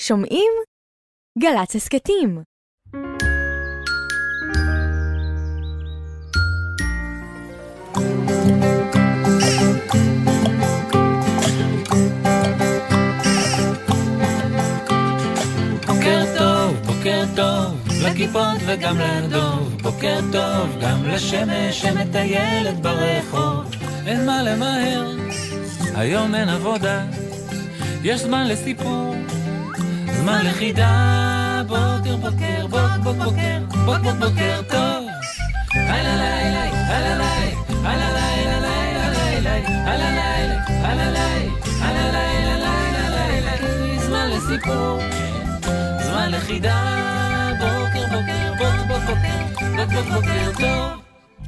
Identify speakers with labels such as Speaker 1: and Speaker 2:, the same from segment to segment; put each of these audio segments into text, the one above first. Speaker 1: שומעים? גל"צ הסכתים.
Speaker 2: בוקר טוב, בוקר טוב, לכיפות וגם לדוב, בוקר טוב, גם לשמש שמטיילת ברחוב. אין מה למהר, היום אין עבודה, יש זמן לסיפור, זמן לחידה. בוקר, בוקר, בוק, בוק, בוקר, בוק, בוק, בוקר טוב. הלא לילי, הלא לילי, הלא לילי, הלא לילי, הלא לילי, הלא לילי, הלא לילי, הלא לילי, זמן לסיפור. זמן לחידה, בוקר בוקר בוק בוק בוקר, בוק בוק בוקר טוב.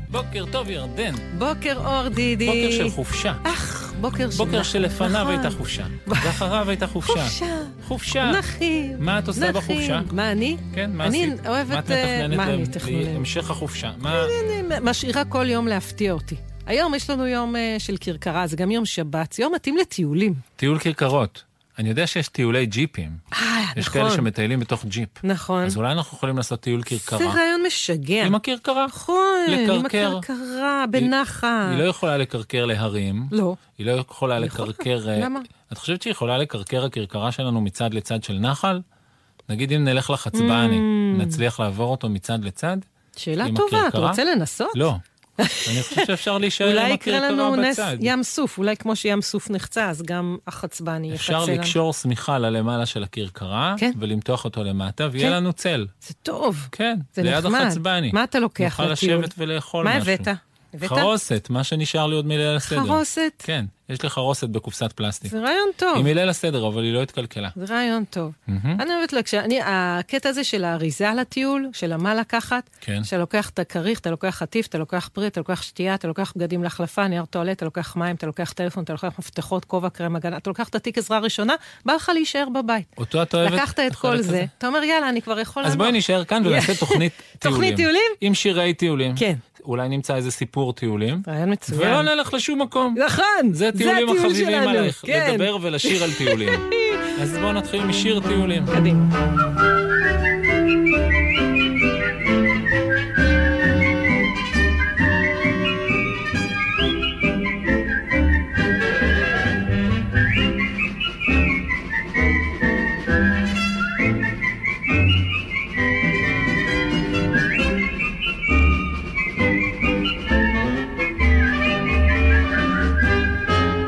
Speaker 2: בוקר טוב ירדן,
Speaker 3: בוקר אור דידי.
Speaker 2: בוקר של חופשה.
Speaker 3: אך, בוקר של...
Speaker 2: בוקר שלפניו
Speaker 3: נכון.
Speaker 2: הייתה חופשה, ואחריו הייתה חופשה.
Speaker 3: חופשה.
Speaker 2: חופשה.
Speaker 3: נחים.
Speaker 2: מה את עושה
Speaker 3: נחים.
Speaker 2: בחופשה?
Speaker 3: מה אני?
Speaker 2: כן, מה
Speaker 3: אני
Speaker 2: עשית?
Speaker 3: אוהבת,
Speaker 2: מה את
Speaker 3: אה,
Speaker 2: מתכננת
Speaker 3: מה אני
Speaker 2: לה-
Speaker 3: מתכננת?
Speaker 2: להמשך החופשה? מה...
Speaker 3: אני משאירה כל יום להפתיע אותי. היום יש לנו יום אה, של כרכרה, זה גם יום שבת, זה יום מתאים לטיולים.
Speaker 2: טיול כרכרות. אני יודע שיש טיולי ג'יפים.
Speaker 3: אה, נכון.
Speaker 2: יש כאלה שמטיילים בתוך ג'יפ.
Speaker 3: נכון.
Speaker 2: אז אולי אנחנו יכולים לעשות טיול
Speaker 3: זה
Speaker 2: כרכרה.
Speaker 3: רעיון משגע.
Speaker 2: עם הכרכרה.
Speaker 3: נכון, עם
Speaker 2: לקרקר.
Speaker 3: הכרכרה, בנחת.
Speaker 2: היא לא יכולה לקרקר להרים.
Speaker 3: לא.
Speaker 2: היא לא יכולה
Speaker 3: יכולה.
Speaker 2: לקרקר... אה,
Speaker 3: למה?
Speaker 2: את חושבת שהיא יכולה לקרקר הכרכרה שלנו מצד לצד של נחל? נגיד אם נלך לחצבני, נצליח לעבור אותו מצד לצד?
Speaker 3: Mm. שאלה
Speaker 2: עם
Speaker 3: טובה, אתה
Speaker 2: הכרכרה?
Speaker 3: רוצה לנסות?
Speaker 2: לא. אני חושב שאפשר להישאר עם
Speaker 3: אולי יקרה
Speaker 2: הכרכרה
Speaker 3: לנו נס
Speaker 2: בצד.
Speaker 3: ים סוף, אולי כמו שים סוף נחצה, אז גם החצבני יחצה
Speaker 2: אפשר
Speaker 3: לנו.
Speaker 2: לקשור שמיכה ללמעלה של הכרכרה,
Speaker 3: כן.
Speaker 2: ולמתוח אותו למטה, ויהיה
Speaker 3: כן.
Speaker 2: לנו צל.
Speaker 3: זה טוב.
Speaker 2: כן,
Speaker 3: זה
Speaker 2: ליד
Speaker 3: נחמד.
Speaker 2: החצבני.
Speaker 3: מה אתה לוקח לטיול?
Speaker 2: נוכל לשבת ולאכול
Speaker 3: מה
Speaker 2: משהו.
Speaker 3: הבאת? הבאת?
Speaker 2: חרוסת, מה שנשאר לי עוד מליל הסדר.
Speaker 3: חרוסת?
Speaker 2: כן, יש לי חרוסת בקופסת פלסטיק.
Speaker 3: זה רעיון טוב.
Speaker 2: היא מליל הסדר, אבל היא לא התקלקלה.
Speaker 3: זה רעיון טוב. אני אוהבת לו, כשאני, הקטע הזה של האריזה לטיול, של המה לקחת,
Speaker 2: כן.
Speaker 3: שאתה לוקח את הכריך, אתה לוקח חטיף, אתה לוקח פרי, אתה לוקח שתייה, אתה לוקח בגדים להחלפה, נייר טואלט, אתה לוקח מים, אתה לוקח טלפון, אתה לוקח מפתחות, כובע, קרם הגנה, אתה לוקח את התיק עזרה ראשונה, בא לך להישאר בבית.
Speaker 2: אותו את אוהבת?
Speaker 3: לקחת את כל
Speaker 2: החלק
Speaker 3: זה,
Speaker 2: הזה?
Speaker 3: אתה אומר, יאללה, אני כבר יכול...
Speaker 2: אז
Speaker 3: לנוח."
Speaker 2: בואי נשאר כאן ונעשה תוכנית טיולים.
Speaker 3: תוכנית טיולים?
Speaker 2: עם שירי טיולים.
Speaker 3: כן.
Speaker 2: אולי נמצא איזה סיפור טיולים.
Speaker 3: רעיון מצוין.
Speaker 2: ולא נלך לא, לשום מקום.
Speaker 3: נכון,
Speaker 2: זה הטיולים
Speaker 3: הטיול
Speaker 2: החביבים
Speaker 3: שלנו,
Speaker 2: עלייך.
Speaker 3: כן.
Speaker 2: לדבר ולשיר על טיולים. אז בואו נתחיל משיר טיולים.
Speaker 3: קדימה.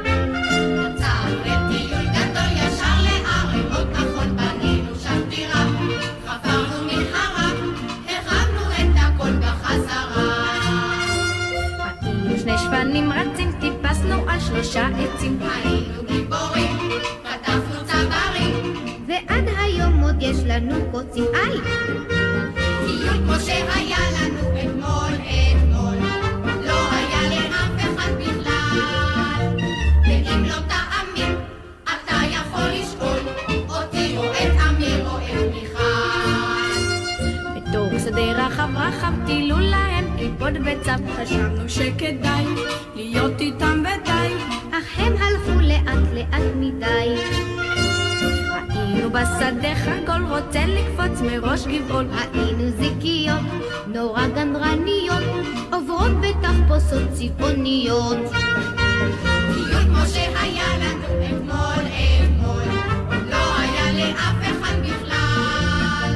Speaker 4: יצאנו לטיול גדול ישר להרים, עוד מכון בנינו שם דירה. חפרנו מנהרה, הרמנו את הכל בחזרה.
Speaker 5: היינו שני שפנים רצים, טיפסנו על שלושה עצים,
Speaker 4: היינו גיבורים, חטפנו צברים,
Speaker 5: ועד היום עוד יש לנו קוצים. איי!
Speaker 4: טיול כמו שהיה לנו אתמול, אתמול. לא היה לאף אחד בכלל. ואם לא תאמין, אתה יכול לשאול אותי או את אמיר או את מיכל.
Speaker 5: בתור שדה רחב רחב טילו להם קיפוד וצב, חשבנו שכדאי להיות איתם ודי, אך הם הלכו לאט לאט מדי. ראינו בשדה חגול רוצה לקפוץ מראש גבעול, ראינו זיקיות נורא גנרניות, עוברות בתחפושות צבעוניות.
Speaker 4: טיול כמו שהיה לנו אתמול, אתמול, לא היה לאף אחד בכלל.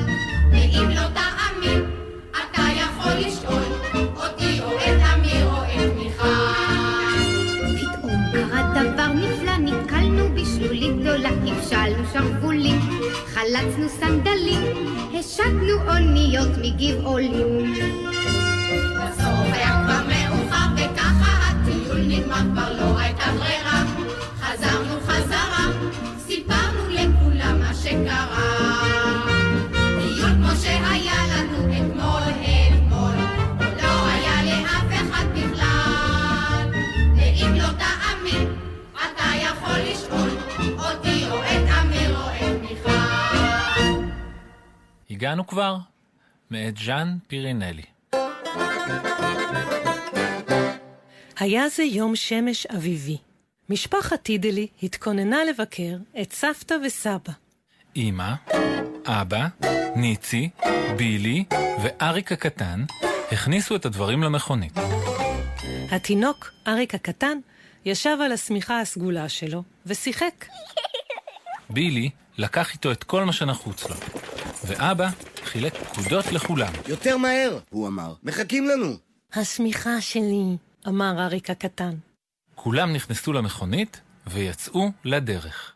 Speaker 4: ואם לא תאמין, אתה יכול לשאול אותי או את אמיר או את מיכל.
Speaker 5: פתאום קרה דבר נפלא, נתקלנו בשלולית גדולה, הבשלנו שרוולים, חלצנו סנדלים, השקנו אוניות מגבעולים.
Speaker 4: בסוף היה כבר מאוחר, וככה הטיול נגמר, כבר לא הייתה ברירה. חזרנו חזרה, סיפרנו לכולם מה שקרה. טיול כמו שהיה לנו אתמול, אתמול, לא היה לאף אחד בכלל. ואם לא תאמין, אתה יכול לשאול אותי או את אמיר או את מיכל.
Speaker 2: הגענו כבר? מאת ז'אן פירינלי.
Speaker 3: היה זה יום שמש אביבי. משפחת טידלי התכוננה לבקר את סבתא וסבא.
Speaker 2: אמא, אבא, ניצי, בילי ואריק הקטן הכניסו את הדברים למכונית.
Speaker 3: התינוק, אריק הקטן, ישב על השמיכה הסגולה שלו ושיחק.
Speaker 2: בילי לקח איתו את כל מה שנחוץ לו, ואבא חילק פקודות לכולם.
Speaker 6: יותר מהר, הוא אמר. מחכים לנו.
Speaker 3: השמיכה שלי, אמר אריק הקטן.
Speaker 2: כולם נכנסו למכונית ויצאו לדרך.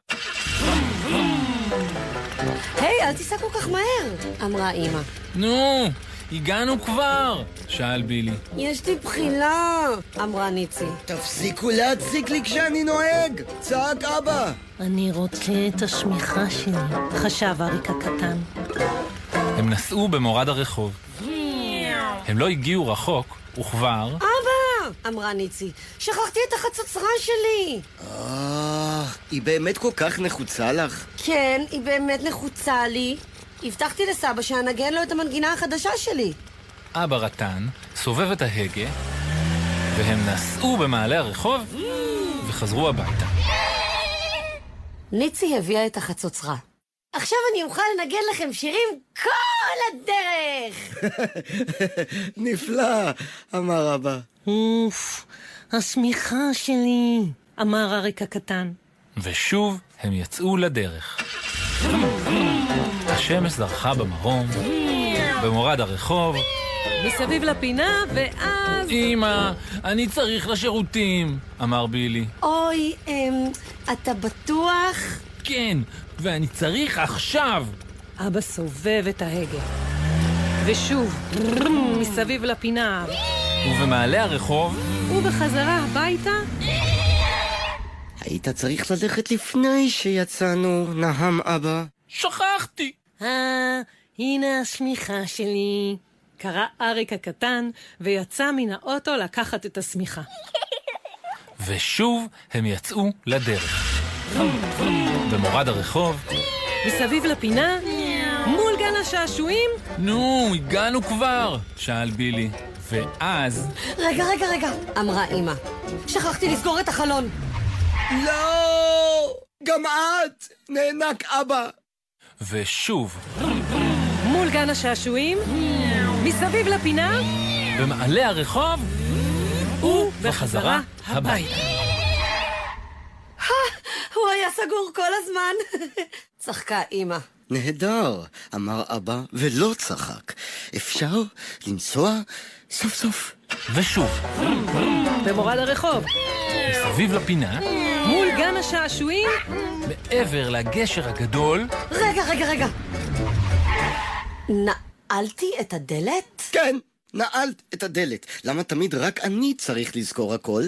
Speaker 7: היי, אל תיסע כל כך מהר, אמרה אמא.
Speaker 2: נו, הגענו כבר! שאל בילי.
Speaker 7: יש לי בחילה, אמרה ניצי.
Speaker 6: תפסיקו להציק לי כשאני נוהג! צעק אבא!
Speaker 3: אני רוצה את השמיכה שלי, חשב אריק הקטן.
Speaker 2: הם נסעו במורד הרחוב. הם לא הגיעו רחוק, וכבר...
Speaker 7: אבא! אמרה ניצי, שכחתי את החצוצרה שלי!
Speaker 6: אה, היא באמת כל כך נחוצה לך?
Speaker 7: כן, היא באמת נחוצה לי. הבטחתי לסבא שאנגן לו את המנגינה החדשה שלי.
Speaker 2: אבא רטן סובב את ההגה, והם נסעו במעלה הרחוב וחזרו הביתה.
Speaker 7: ניצי הביאה את החצוצרה. עכשיו אני אוכל לנגן לכם שירים כל הדרך!
Speaker 6: נפלא! אמר אבא.
Speaker 3: אוף, השמיכה שלי, אמר אריק הקטן.
Speaker 2: ושוב הם יצאו לדרך. השמש זרחה במרום, במורד הרחוב.
Speaker 3: מסביב לפינה, ואז...
Speaker 2: אמא, אני צריך לשירותים, אמר בילי.
Speaker 7: אוי, אמ, אתה בטוח?
Speaker 2: כן, ואני צריך עכשיו!
Speaker 3: אבא סובב את ההגה. ושוב, מסביב לפינה,
Speaker 2: ובמעלה הרחוב,
Speaker 3: ובחזרה הביתה,
Speaker 6: היית צריך ללכת לפני שיצאנו, נהם אבא.
Speaker 2: שכחתי!
Speaker 3: אה, הנה השמיכה שלי. קרא אריק הקטן, ויצא מן האוטו לקחת את השמיכה.
Speaker 2: ושוב הם יצאו לדרך. במורד הרחוב,
Speaker 3: מסביב לפינה, מול גן השעשועים,
Speaker 2: נו, הגענו כבר! שאל בילי. ואז
Speaker 7: רגע, רגע, רגע, אמרה אמא. שכחתי לסגור את החלון.
Speaker 6: לא! גם את! נאנק אבא!
Speaker 2: ושוב,
Speaker 3: מול גן השעשועים, מסביב לפינה,
Speaker 2: במעלה הרחוב, ובחזרה
Speaker 3: ובחזרה
Speaker 2: הביתה.
Speaker 7: הוא היה סגור כל הזמן. צחקה אמא.
Speaker 6: נהדר! אמר אבא, ולא צחק. אפשר לנסוע סוף סוף.
Speaker 2: ושוב,
Speaker 3: במורד הרחוב,
Speaker 2: מסביב לפינה,
Speaker 3: מול גן השעשועים,
Speaker 2: מעבר לגשר הגדול,
Speaker 7: רגע, רגע, רגע. נעלתי את הדלת?
Speaker 6: כן, נעלת את הדלת. למה תמיד רק אני צריך לזכור הכל?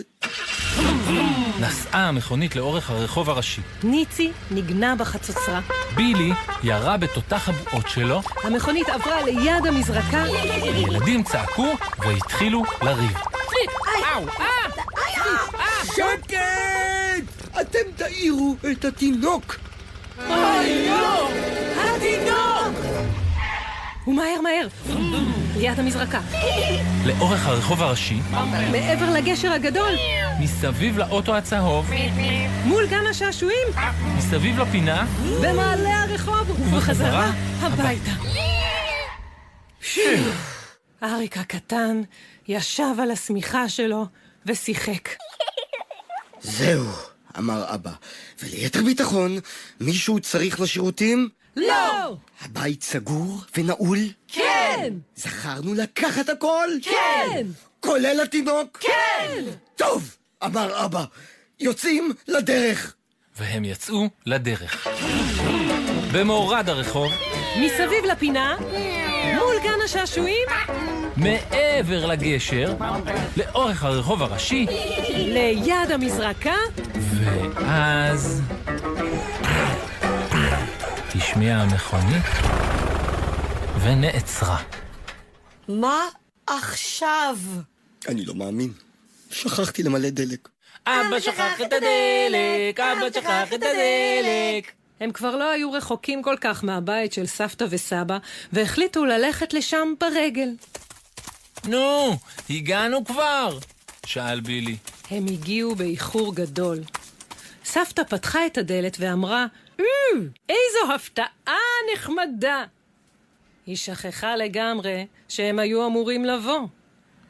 Speaker 2: נסעה המכונית לאורך הרחוב הראשי.
Speaker 3: ניצי נגנה בחצוצרה.
Speaker 2: בילי ירה בתותח הבועות שלו,
Speaker 3: המכונית עברה ליד המזרקה,
Speaker 2: ילדים צעקו והתחילו לריב.
Speaker 6: שקט! אתם תעירו את התינוק!
Speaker 3: ומהר מהר, ליד המזרקה,
Speaker 2: לאורך הרחוב הראשי,
Speaker 3: מעבר לגשר הגדול,
Speaker 2: מסביב לאוטו הצהוב,
Speaker 3: מול גן השעשועים,
Speaker 2: מסביב לפינה,
Speaker 3: במעלה הרחוב, ובחזרה הביתה. אריק הקטן ישב על השמיכה שלו ושיחק.
Speaker 6: זהו, אמר אבא. וליתר ביטחון, מישהו צריך לשירותים?
Speaker 3: לא!
Speaker 6: הבית סגור ונעול?
Speaker 3: כן!
Speaker 6: זכרנו לקחת הכל?
Speaker 3: כן!
Speaker 6: כולל התינוק? כן! טוב, אמר אבא. יוצאים לדרך.
Speaker 2: והם יצאו לדרך. במורד הרחוב,
Speaker 3: מסביב לפינה, מול גן השעשועים,
Speaker 2: מעבר לגשר, לאורך הרחוב הראשי,
Speaker 3: ליד המזרקה,
Speaker 2: ואז... השמיעה המכונית ונעצרה.
Speaker 7: מה עכשיו?
Speaker 6: אני לא מאמין. שכחתי למלא דלק.
Speaker 2: אבא שכח את הדלק, אבא שכח את הדלק.
Speaker 3: הם כבר לא היו רחוקים כל כך מהבית של סבתא וסבא, והחליטו ללכת לשם ברגל.
Speaker 2: נו, הגענו כבר! שאל בילי.
Speaker 3: הם הגיעו באיחור גדול. סבתא פתחה את הדלת ואמרה, אמ, איזו הפתעה נחמדה! היא שכחה לגמרי שהם היו אמורים לבוא.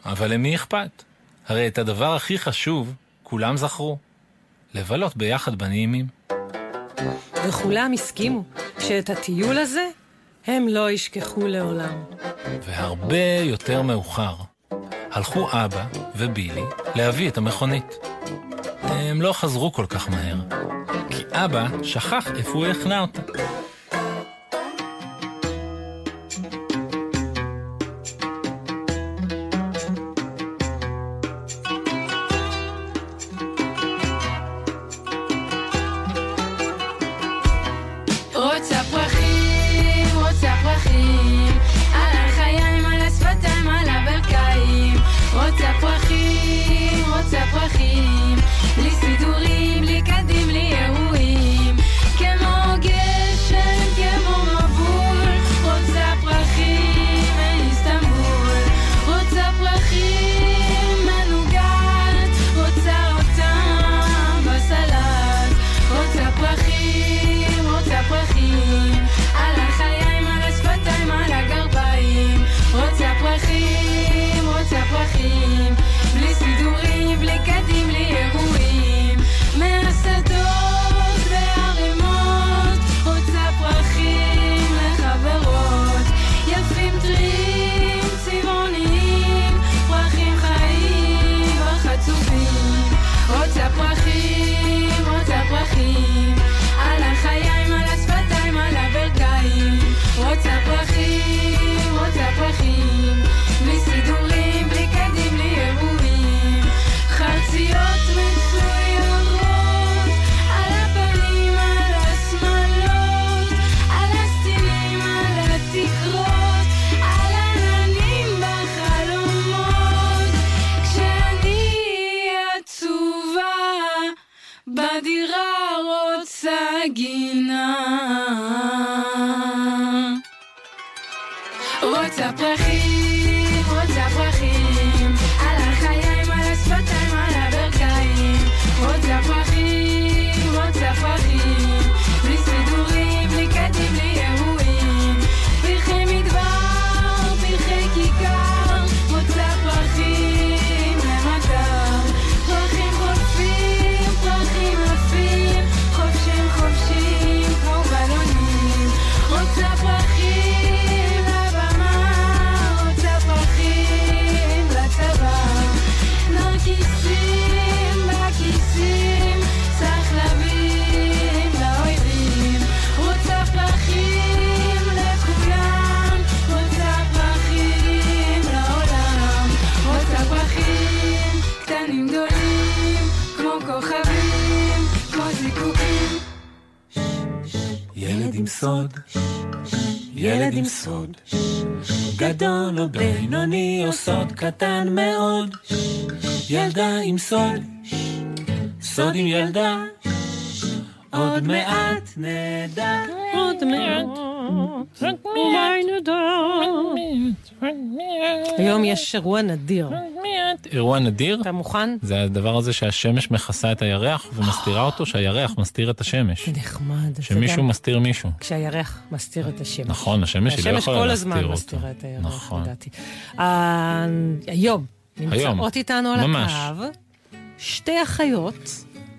Speaker 2: אבל למי אכפת? הרי את הדבר הכי חשוב, כולם זכרו. לבלות ביחד בנעימים.
Speaker 3: וכולם הסכימו שאת הטיול הזה הם לא ישכחו לעולם.
Speaker 2: והרבה יותר מאוחר, הלכו אבא ובילי להביא את המכונית. הם לא חזרו כל כך מהר, כי אבא שכח איפה הוא החנה אותה.
Speaker 8: רוצה פרחים, רוצה פרחים, על החיים, על השפתיים, על הברכיים. רוצה פרחים, רוצה פרחים, בלי סידורים, בלי קדים, בלי אירועים. כמו גשם, כמו מבול, רוצה פרחים, אין איסטנבול. רוצה פרחים, מנוגת, רוצה אותם בסלט. רוצה פרחים, רוצה פרחים, על החיים, על השפתיים, על הגרביים. רוצה פרחים, רוצה פרחים, בלי סידורים, בלי קדים, בלי אירועים. מהשדות והערימות, רוצה פרחים לחברות. יפים טריים, צבעוניים, פרחים חיים וחצופים. רוצה פרחים, רוצה פרחים, על החיים, על השפתיים, על הברכיים. רוצה פרחים, רוצה פרחים, בלי סידורים, בלי קדים, בלי אירועים. חציות מצוירות, על הפנים, על השמלות, על הסטינים, על התקרות, על עננים בחלומות. כשאני עצובה, בדירה רוצה גינה. רוצה פרחים, רוצה פרחים, על החיים, על השפתיים, על הברכיים. רוצה פרחים, רוצה פרחים, בלי סידורים, בלי קטעים, בלי אירועים. פרחי מדבר, פרחי כיכר, רוצה פרחים למטר. פרחים חופפים, פרחים עפים, חופשים חופשים, כמו בלונים. רוצה פרחים לבמה, רוצה פרחים לצבא. נרקיסים בכיסים, סחלבים לאויבים. רוצה פרחים לכולם, רוצה פרחים לעולם. רוצה פרחים קטנים גדולים, כמו כוכבים, כמו זיקוקים.
Speaker 2: ילד עם סוד, ילד עם סוד, גדול או בינוני או סוד קטן מאוד, ילדה עם סוד, סוד עם ילדה, עוד מעט נדע.
Speaker 3: עוד מעט, אולי נדע. היום יש אירוע נדיר.
Speaker 2: אירוע נדיר?
Speaker 3: אתה מוכן?
Speaker 2: זה הדבר הזה שהשמש מכסה את הירח ומסתירה אותו, שהירח מסתיר את השמש.
Speaker 3: נחמד. זה
Speaker 2: שמישהו
Speaker 3: גם
Speaker 2: מסתיר מישהו.
Speaker 3: כשהירח מסתיר את השמש.
Speaker 2: נכון, השמש היא לא
Speaker 3: השמש
Speaker 2: יכולה
Speaker 3: כל
Speaker 2: להסתיר
Speaker 3: הזמן
Speaker 2: אותו.
Speaker 3: מסתירה את הירח,
Speaker 2: נכון.
Speaker 3: לדעתי. אה, היום נמצאות איתנו על
Speaker 2: ממש.
Speaker 3: הקו שתי אחיות,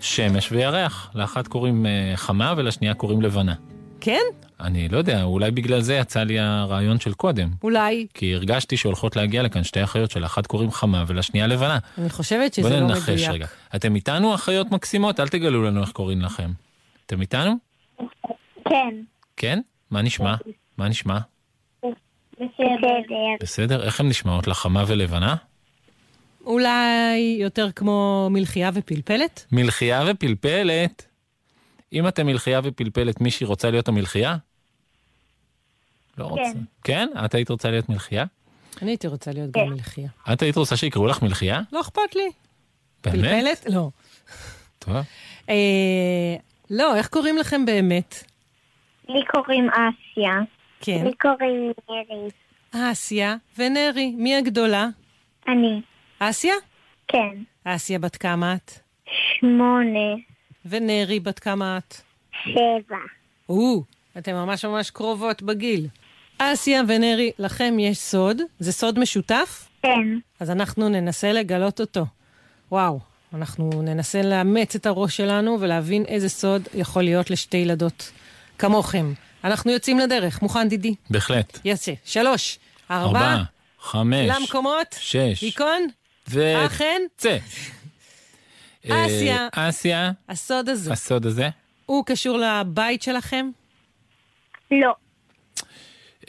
Speaker 2: שמש וירח. לאחת קוראים אה, חמה ולשנייה קוראים לבנה.
Speaker 3: כן?
Speaker 2: אני לא יודע, אולי בגלל זה יצא לי הרעיון של קודם.
Speaker 3: אולי.
Speaker 2: כי הרגשתי שהולכות להגיע לכאן שתי אחיות שלאחת קוראים חמה ולשנייה לבנה.
Speaker 3: אני חושבת
Speaker 2: בוא
Speaker 3: שזה לא מדויק.
Speaker 2: ננחש רגע. אתם איתנו, אחיות מקסימות? אל תגלו לנו איך קוראים לכם. אתם איתנו?
Speaker 9: כן,
Speaker 2: כן? מה נשמע? מה נשמע?
Speaker 3: כן.
Speaker 9: בסדר.
Speaker 2: בסדר? איך הן נשמעות לך, חמה ולבנה?
Speaker 3: אולי יותר כמו מלחייה ופלפלת?
Speaker 2: מלחייה ופלפלת. אם אתם מלחייה ופלפלת, מישהי רוצה להיות המלחייה? לא רוצה. כן? את היית רוצה להיות מלחייה?
Speaker 3: אני הייתי רוצה להיות
Speaker 9: כן.
Speaker 3: גם מלחייה.
Speaker 2: את היית רוצה שיקראו לך מלחייה?
Speaker 3: לא אכפת לי.
Speaker 2: באמת?
Speaker 3: פלפלת? לא.
Speaker 2: טוב.
Speaker 3: אה, לא, איך קוראים לכם באמת?
Speaker 9: לי קוראים אסיה.
Speaker 3: כן.
Speaker 9: לי קוראים מירי.
Speaker 3: אסיה ונרי. מי הגדולה?
Speaker 9: אני.
Speaker 3: אסיה?
Speaker 9: כן.
Speaker 3: אסיה בת כמה את?
Speaker 9: שמונה.
Speaker 3: ונרי בת כמה את?
Speaker 9: שבע.
Speaker 3: או, אתן ממש ממש קרובות בגיל. אסיה ונרי, לכם יש סוד? זה סוד משותף?
Speaker 9: כן.
Speaker 3: אז אנחנו ננסה לגלות אותו. וואו, אנחנו ננסה לאמץ את הראש שלנו ולהבין איזה סוד יכול להיות לשתי ילדות כמוכם. אנחנו יוצאים לדרך. מוכן, דידי?
Speaker 2: בהחלט.
Speaker 3: יפה. שלוש, ארבע,
Speaker 2: ארבע, חמש,
Speaker 3: למקומות,
Speaker 2: שש,
Speaker 3: היכון,
Speaker 2: ו-
Speaker 3: אכן,
Speaker 2: צא. אה,
Speaker 3: אסיה.
Speaker 2: אסיה,
Speaker 3: הסוד הזה,
Speaker 2: הסוד הזה,
Speaker 3: הוא קשור לבית שלכם?
Speaker 9: לא.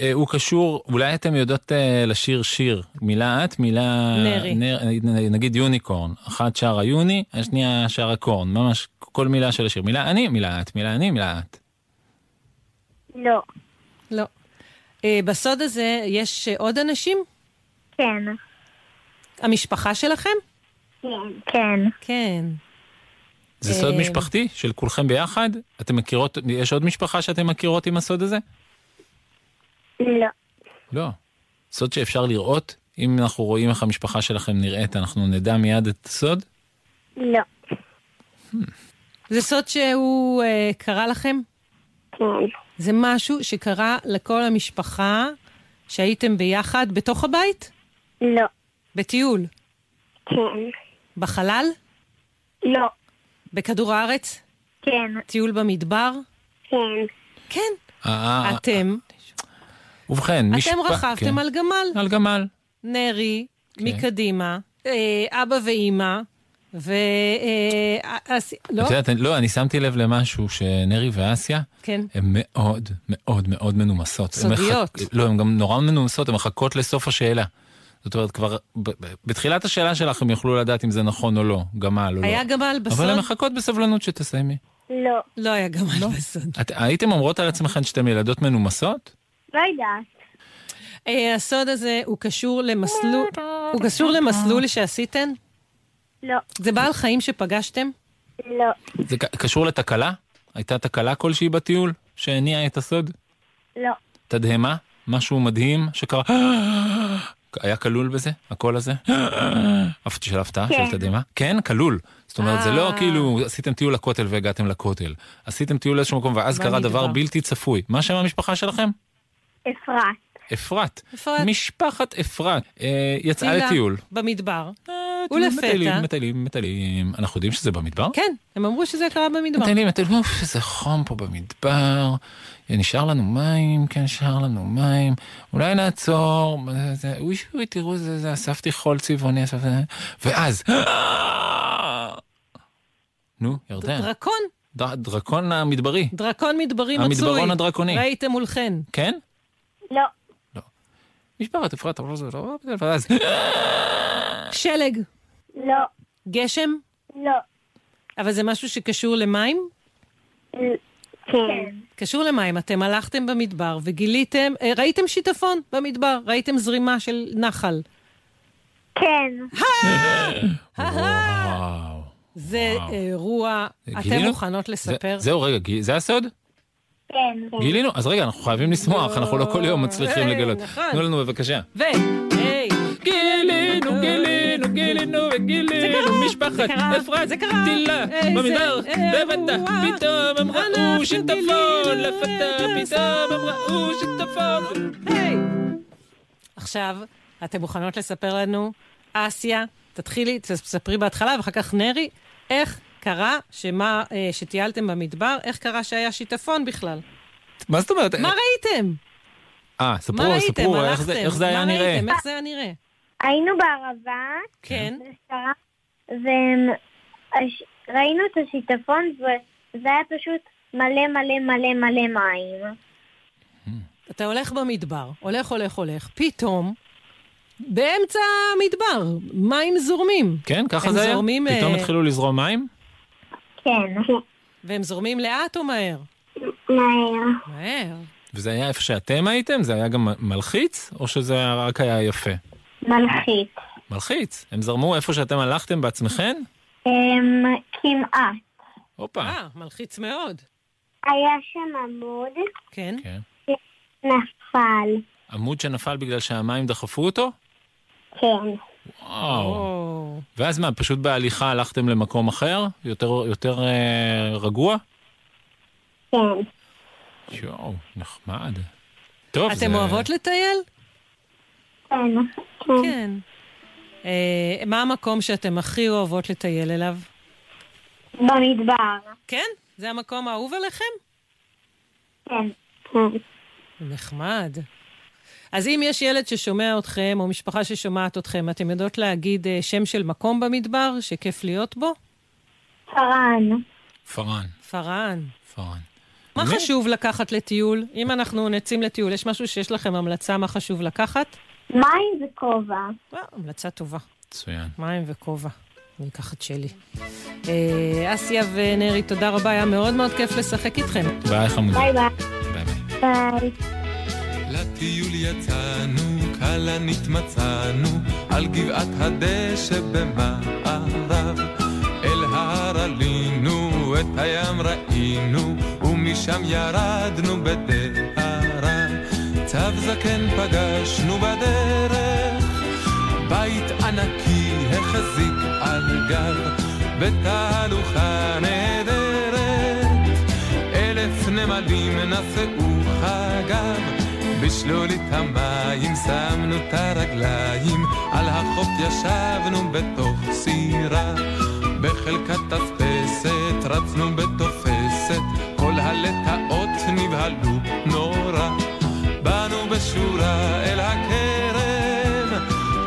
Speaker 2: אה, הוא קשור, אולי אתם יודעות אה, לשיר שיר, מילה את, מילה...
Speaker 3: נרי.
Speaker 2: נר, נגיד יוניקורן, אחת שרה יוני, השנייה שרה קורן, ממש כל מילה של השיר, מילה אני, מילה את, מילה אני, מילה את.
Speaker 9: לא.
Speaker 3: לא. אה, בסוד הזה יש אה, עוד אנשים?
Speaker 9: כן.
Speaker 3: המשפחה שלכם?
Speaker 9: כן. כן.
Speaker 3: כן.
Speaker 2: זה סוד
Speaker 3: אה.
Speaker 2: משפחתי של כולכם ביחד? אתם מכירות, יש עוד משפחה שאתם מכירות עם הסוד הזה?
Speaker 9: לא.
Speaker 2: לא. סוד שאפשר לראות, אם אנחנו רואים איך המשפחה שלכם נראית, אנחנו נדע מיד את הסוד?
Speaker 9: לא.
Speaker 3: זה סוד שהוא אה, קרה לכם?
Speaker 9: כן.
Speaker 3: זה משהו שקרה לכל המשפחה שהייתם ביחד בתוך הבית?
Speaker 9: לא.
Speaker 3: בטיול?
Speaker 9: כן.
Speaker 3: בחלל?
Speaker 9: לא.
Speaker 3: בכדור הארץ?
Speaker 9: כן.
Speaker 3: טיול במדבר?
Speaker 9: כן.
Speaker 3: כן.
Speaker 2: אה, אה,
Speaker 3: אתם,
Speaker 2: ובכן,
Speaker 3: אתם רכבתם
Speaker 2: כן.
Speaker 3: על גמל.
Speaker 2: על גמל. כן.
Speaker 3: נרי, מקדימה, אה, אבא ואימא, ו... אה, אס- לא?
Speaker 2: את יודעת, אני- לא, אני שמתי לב למשהו שנרי ואסיה,
Speaker 3: כן.
Speaker 2: הן מאוד מאוד מאוד מנומסות. הן
Speaker 3: סודיות.
Speaker 2: מחכ- לא, הן גם נורא מנומסות, הן מחכות לסוף השאלה. זאת אומרת, כבר ב- ב- בתחילת השאלה שלך הם יוכלו לדעת אם זה נכון או לא, גמל או לא.
Speaker 3: היה גמל בסוד?
Speaker 2: אבל הן מחכות בסבלנות שתסיימי.
Speaker 9: לא.
Speaker 3: לא היה גמל בסוד.
Speaker 2: את- הייתם אומרות על עצמכן שאתן ילדות מנומסות?
Speaker 9: לא יודעת.
Speaker 3: אה, הסוד הזה הוא קשור למסלול, הוא קשור למסלול שעשיתם?
Speaker 9: לא.
Speaker 3: זה בעל חיים שפגשתם?
Speaker 9: לא.
Speaker 2: זה ק- קשור לתקלה? הייתה תקלה כלשהי בטיול שהניעה את הסוד?
Speaker 9: לא.
Speaker 2: תדהמה? משהו מדהים שקרה? היה כלול בזה? הקול הזה? אף של הפתעה?
Speaker 9: כן.
Speaker 2: של תדהמה? כן, כלול. זאת אומרת, זה לא
Speaker 3: אה.
Speaker 2: כאילו עשיתם טיול לכותל והגעתם לכותל. עשיתם טיול לאיזשהו מקום ואז
Speaker 3: מה
Speaker 2: קרה דבר
Speaker 3: נדבר?
Speaker 2: בלתי צפוי. מה שם המשפחה שלכם?
Speaker 9: אפרת.
Speaker 2: אפרת.
Speaker 3: אפרת.
Speaker 2: משפחת אפרת. אה, יצאה
Speaker 3: צילה,
Speaker 2: לטיול.
Speaker 3: במדבר.
Speaker 2: אה,
Speaker 3: ולפתע-
Speaker 2: מטיילים, מטיילים, מטיילים. אנחנו יודעים שזה במדבר?
Speaker 3: כן, הם אמרו שזה קרה במדבר.
Speaker 2: מטיילים, מטיילים, אוף, איזה חום פה במדבר, נשאר לנו מים, כן, נשאר לנו מים, אולי נעצור, מה זה- זה- אוי, אוי, תראו, זה, זה, אספתי חול צבעוני, אספתי, ואז, נו, ירדן,
Speaker 3: דרקון,
Speaker 2: דר- דרקון המדברי,
Speaker 3: דרקון מדברי מצוי.
Speaker 2: המדברון הדרקוני.
Speaker 3: ראיתם מולכן.
Speaker 2: כן?
Speaker 9: לא.
Speaker 2: משפחת אפרת, אבל זה לא, ואז,
Speaker 3: שלג,
Speaker 9: לא.
Speaker 3: גשם,
Speaker 9: לא.
Speaker 3: אבל זה משהו שקשור למים?
Speaker 9: כן.
Speaker 3: קשור למים, אתם הלכתם במדבר וגיליתם, אה, ראיתם שיטפון במדבר, ראיתם זרימה של נחל.
Speaker 9: כן.
Speaker 2: וואו.
Speaker 3: זה
Speaker 2: וואו.
Speaker 3: אירוע, אתם
Speaker 2: אה, גילינו?
Speaker 3: מוכנות לספר?
Speaker 2: זה- זהו, רגע, גיל- זה הסוד?
Speaker 9: כן.
Speaker 2: גילינו, אז רגע, אנחנו חייבים לשמוח, אנחנו לא כל יום מצליחים
Speaker 3: אה,
Speaker 2: לגלות.
Speaker 3: נכון.
Speaker 2: תנו לנו בבקשה.
Speaker 3: ו... היי,
Speaker 2: גילינו, גילינו, גילינו וגילינו
Speaker 3: זה
Speaker 2: משפחת
Speaker 3: קרה,
Speaker 2: אפרת,
Speaker 3: זה קרה.
Speaker 2: טילה,
Speaker 3: איזה
Speaker 2: במדבר,
Speaker 3: אירוע.
Speaker 2: בבטח, פתאום הם
Speaker 3: אנחנו
Speaker 2: ראו שיטפון,
Speaker 3: גילינו
Speaker 2: לפתח,
Speaker 3: את
Speaker 2: פתאום הם ראו שיטפון.
Speaker 3: היי. עכשיו, אתם מוכנות לספר לנו, אסיה, תתחילי, תספרי בהתחלה ואחר כך נרי, איך קרה שמה, אה, שטיילתם במדבר, איך קרה שהיה שיטפון בכלל?
Speaker 2: מה זאת אומרת?
Speaker 3: מה ראיתם?
Speaker 2: אה,
Speaker 3: מה
Speaker 2: ספרו,
Speaker 3: ראיתם?
Speaker 2: ספרו, איך זה-
Speaker 3: הלכתם?
Speaker 2: איך זה היה
Speaker 3: מה
Speaker 2: נראה.
Speaker 3: ראיתם? איך כן. זה היה נראה?
Speaker 9: היינו בערבה,
Speaker 3: כן.
Speaker 9: בשרה, וראינו את השיטפון, וזה היה פשוט מלא מלא מלא מלא מים.
Speaker 3: אתה הולך במדבר, הולך, הולך, הולך, פתאום, באמצע המדבר, מים זורמים.
Speaker 2: כן, ככה
Speaker 3: הם
Speaker 2: זה היה?
Speaker 3: זורמים,
Speaker 2: פתאום
Speaker 3: אה,
Speaker 2: התחילו לזרום מים?
Speaker 9: כן.
Speaker 3: והם זורמים לאט או מהר?
Speaker 9: מהר.
Speaker 3: מהר.
Speaker 2: וזה היה איפה שאתם הייתם? זה היה גם מלחיץ? או שזה היה- רק היה יפה?
Speaker 9: מלחיץ.
Speaker 2: מלחיץ. הם זרמו איפה שאתם הלכתם בעצמכם?
Speaker 9: אמ, כמעט.
Speaker 2: הופה.
Speaker 3: אה, מלחיץ מאוד.
Speaker 9: היה שם עמוד,
Speaker 3: כן.
Speaker 2: כן.
Speaker 9: נפל.
Speaker 2: עמוד שנפל בגלל שהמים דחפו אותו?
Speaker 9: כן.
Speaker 2: וואו.
Speaker 3: או.
Speaker 2: ואז מה, פשוט בהליכה הלכתם למקום אחר? יותר, יותר אה, רגוע?
Speaker 9: כן.
Speaker 2: יואו, נחמד. טוב,
Speaker 3: אתם אוהבות לטייל?
Speaker 9: כן.
Speaker 3: כן. אה, מה המקום שאתם הכי אוהבות לטייל אליו?
Speaker 9: במדבר.
Speaker 3: כן? זה המקום האהוב עליכם?
Speaker 9: כן.
Speaker 3: נחמד. אז אם יש ילד ששומע אתכם, או משפחה ששומעת אתכם, אתם יודעות להגיד אה, שם של מקום במדבר שכיף להיות בו?
Speaker 9: פארן.
Speaker 2: פארן,
Speaker 3: פארן.
Speaker 2: פארן.
Speaker 3: מה
Speaker 2: באמת?
Speaker 3: חשוב לקחת לטיול? אם אנחנו נצאים לטיול, יש משהו שיש לכם המלצה מה חשוב לקחת?
Speaker 9: מים זה כובע.
Speaker 3: אה, המלצה טובה.
Speaker 2: מצוין.
Speaker 3: מים וכובע. אני אקח את שלי. אה, אסיה ונרי, תודה רבה, היה מאוד מאוד כיף לשחק איתכם.
Speaker 2: ביי חמודים.
Speaker 9: ביי ביי.
Speaker 2: ביי ביי.
Speaker 9: ביי.
Speaker 10: לטיול יצאנו, כלנית מצאנו, על גבעת הדשא במערב. אל ההר עלינו, את הים ראינו, ומשם ירדנו בדהרה. צב זקן פגשנו בדרך, בית ענקי החזיק על גב, בתהלוכה נהדרת. אלף נמלים נשאו חגב, בשלולית המים שמנו את הרגליים, על החוף ישבנו בתוך סירה, בחלקת תפסת רצנו בתופסת, כל הלטאות נבהלו נורא, באנו בשורה אל הכרם,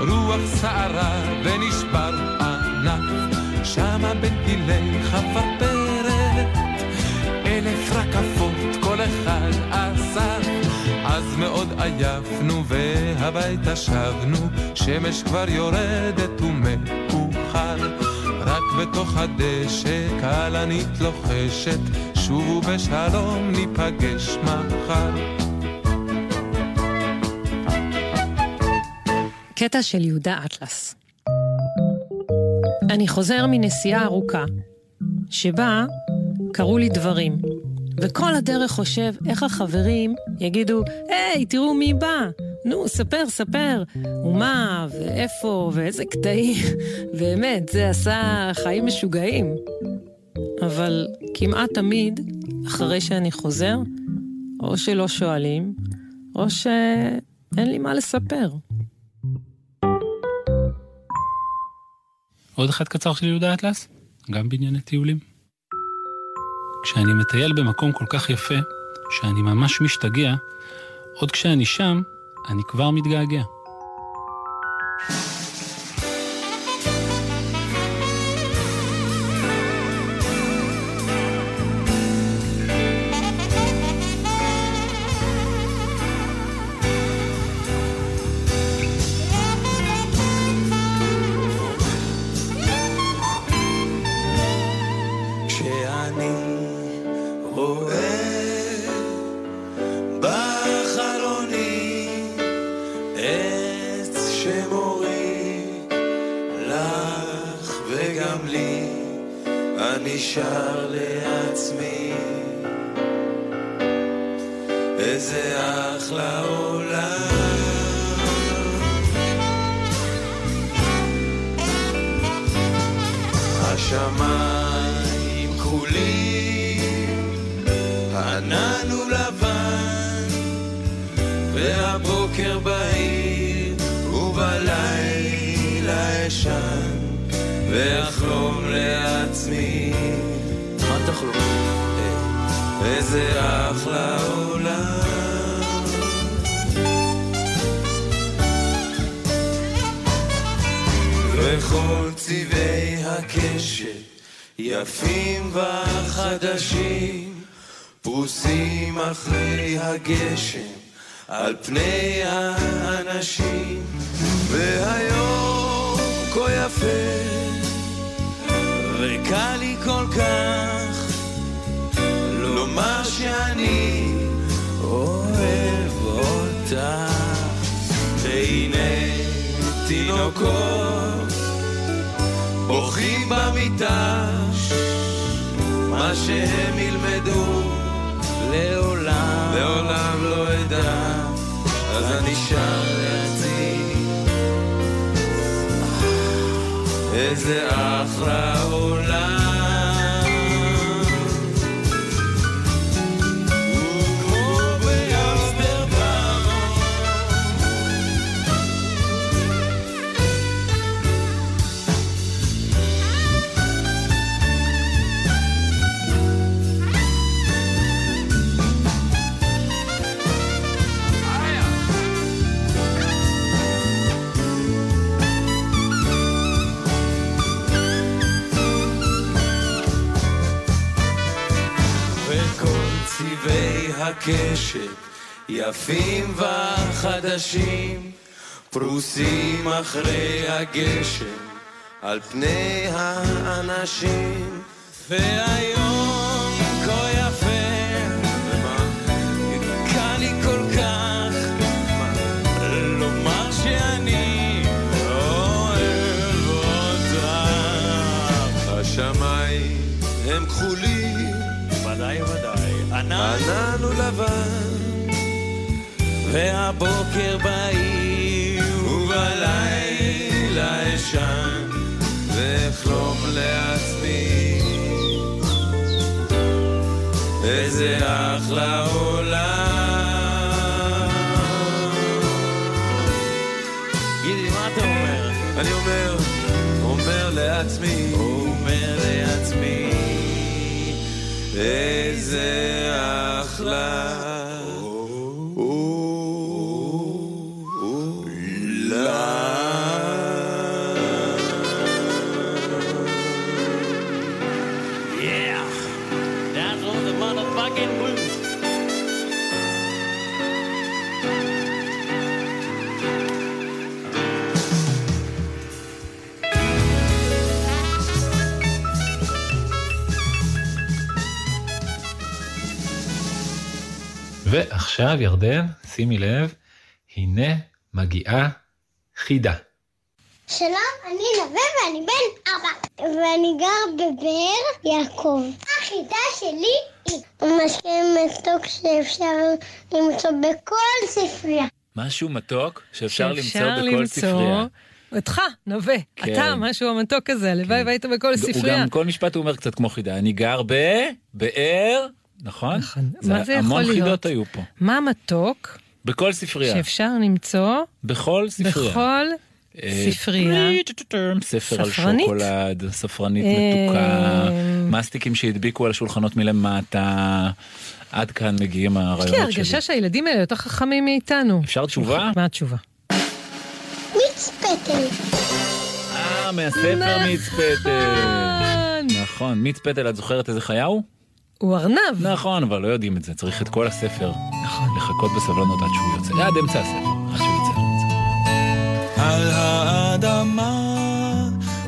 Speaker 10: רוח סערה ונשבר ענף, שמה בין טילי חפרפרת. אלף רקפות כל אחד אסף אז מאוד עייפנו והביתה שבנו שמש כבר יורדת ומאוחר רק בתוך הדשא כלנית לוחשת שובו בשלום ניפגש מחר
Speaker 3: קטע של יהודה אטלס. אני חוזר מנסיעה ארוכה, שבה קרו לי דברים, וכל הדרך חושב איך החברים יגידו, היי, תראו מי בא, נו, ספר, ספר, ומה, ואיפה, ואיזה קטעים. באמת, זה עשה חיים משוגעים. אבל כמעט תמיד, אחרי שאני חוזר, או שלא שואלים, או שאין לי מה לספר.
Speaker 2: עוד אחד קצר של יהודה אטלס, גם בענייני טיולים. כשאני מטייל במקום כל כך יפה, שאני ממש משתגע, עוד כשאני שם, אני כבר מתגעגע.
Speaker 10: כשאני רואה בחלוני עץ שמוריד לך וגם לי, אני שר לעצמי איזה אחלה עולם השמיים כחולים, הענן הוא לבן, והבוקר בהיר, ובלילה אשן, ואחלום לעצמי. מה תחלום? איזה אחלה עולם. וכל צבעי הקשת יפים וחדשים פרוסים אחרי הגשם על פני האנשים והיום כה יפה וקל לי כל כך לומר שאני אוהב אותך והנה תינוקות בוכים במיטה מה שהם ילמדו לעולם לעולם לא אדע אז אני שר לעצמי איזה אחלה עולם
Speaker 11: הקשת, יפים וחדשים, פרוסים אחרי הגשם, על פני האנשים. והיום כה יפה, קל לי כל כך לומר שאני אוהב אותך. השמיים הם כחולים, ודאי ודאי, ענן הוא לבן, והבוקר בהיר ובלילה אשן, ואחלום לעצמי. איזה אחלה עולם. גידי, מה אתה אומר? אני אומר, אומר לעצמי, אומר לעצמי, איזה אחלה.
Speaker 4: Yeah, that's all the motherfucking blues.
Speaker 2: ועכשיו ירדן, שימי לב, הנה מגיעה חידה.
Speaker 12: שלום, אני נווה ואני בן ארבע, ואני גר בבאר יעקב. החידה שלי היא משקה מתוק שאפשר למצוא בכל ספרייה.
Speaker 13: משהו מתוק שאפשר למצוא
Speaker 3: שאפשר
Speaker 13: בכל
Speaker 3: למצוא
Speaker 13: ספרייה.
Speaker 3: אותך, נווה,
Speaker 13: כן.
Speaker 3: אתה משהו המתוק הזה, הלוואי והיית בכל
Speaker 13: הוא
Speaker 3: ספרייה.
Speaker 13: גם כל משפט הוא אומר קצת כמו חידה, אני גר ב... באר, נכון? נכון,
Speaker 3: מה זה יכול
Speaker 13: המון
Speaker 3: להיות?
Speaker 13: חידות היו פה,
Speaker 3: מה מתוק
Speaker 13: בכל ספרייה,
Speaker 3: שאפשר למצוא
Speaker 13: בכל ספרייה.
Speaker 3: בכל
Speaker 13: אה,
Speaker 3: ספרייה?
Speaker 13: ספר על
Speaker 3: ספרנית?
Speaker 13: שוקולד, ספרנית
Speaker 3: אה,
Speaker 13: מתוקה, מסטיקים שהדביקו על שולחנות מלמטה, עד כאן מגיעים
Speaker 3: יש לי
Speaker 13: הרעיונות שלי.
Speaker 3: הרגשה שהילדים האלה יותר חכמים מאיתנו.
Speaker 13: אפשר תשובה?
Speaker 3: מה התשובה?
Speaker 12: מיץ פטל.
Speaker 13: אה, מהספר
Speaker 3: נכון.
Speaker 13: מיץ פטל. נכון, מיץ פטל, את זוכרת איזה חיה הוא?
Speaker 3: הוא ארנב.
Speaker 13: נכון, אבל לא יודעים את זה, צריך את כל הספר. נכון. לחכות בסבלנות עד שהוא יוצא, עד אמצע הספר, עד שהוא יוצא.
Speaker 11: על האדמה,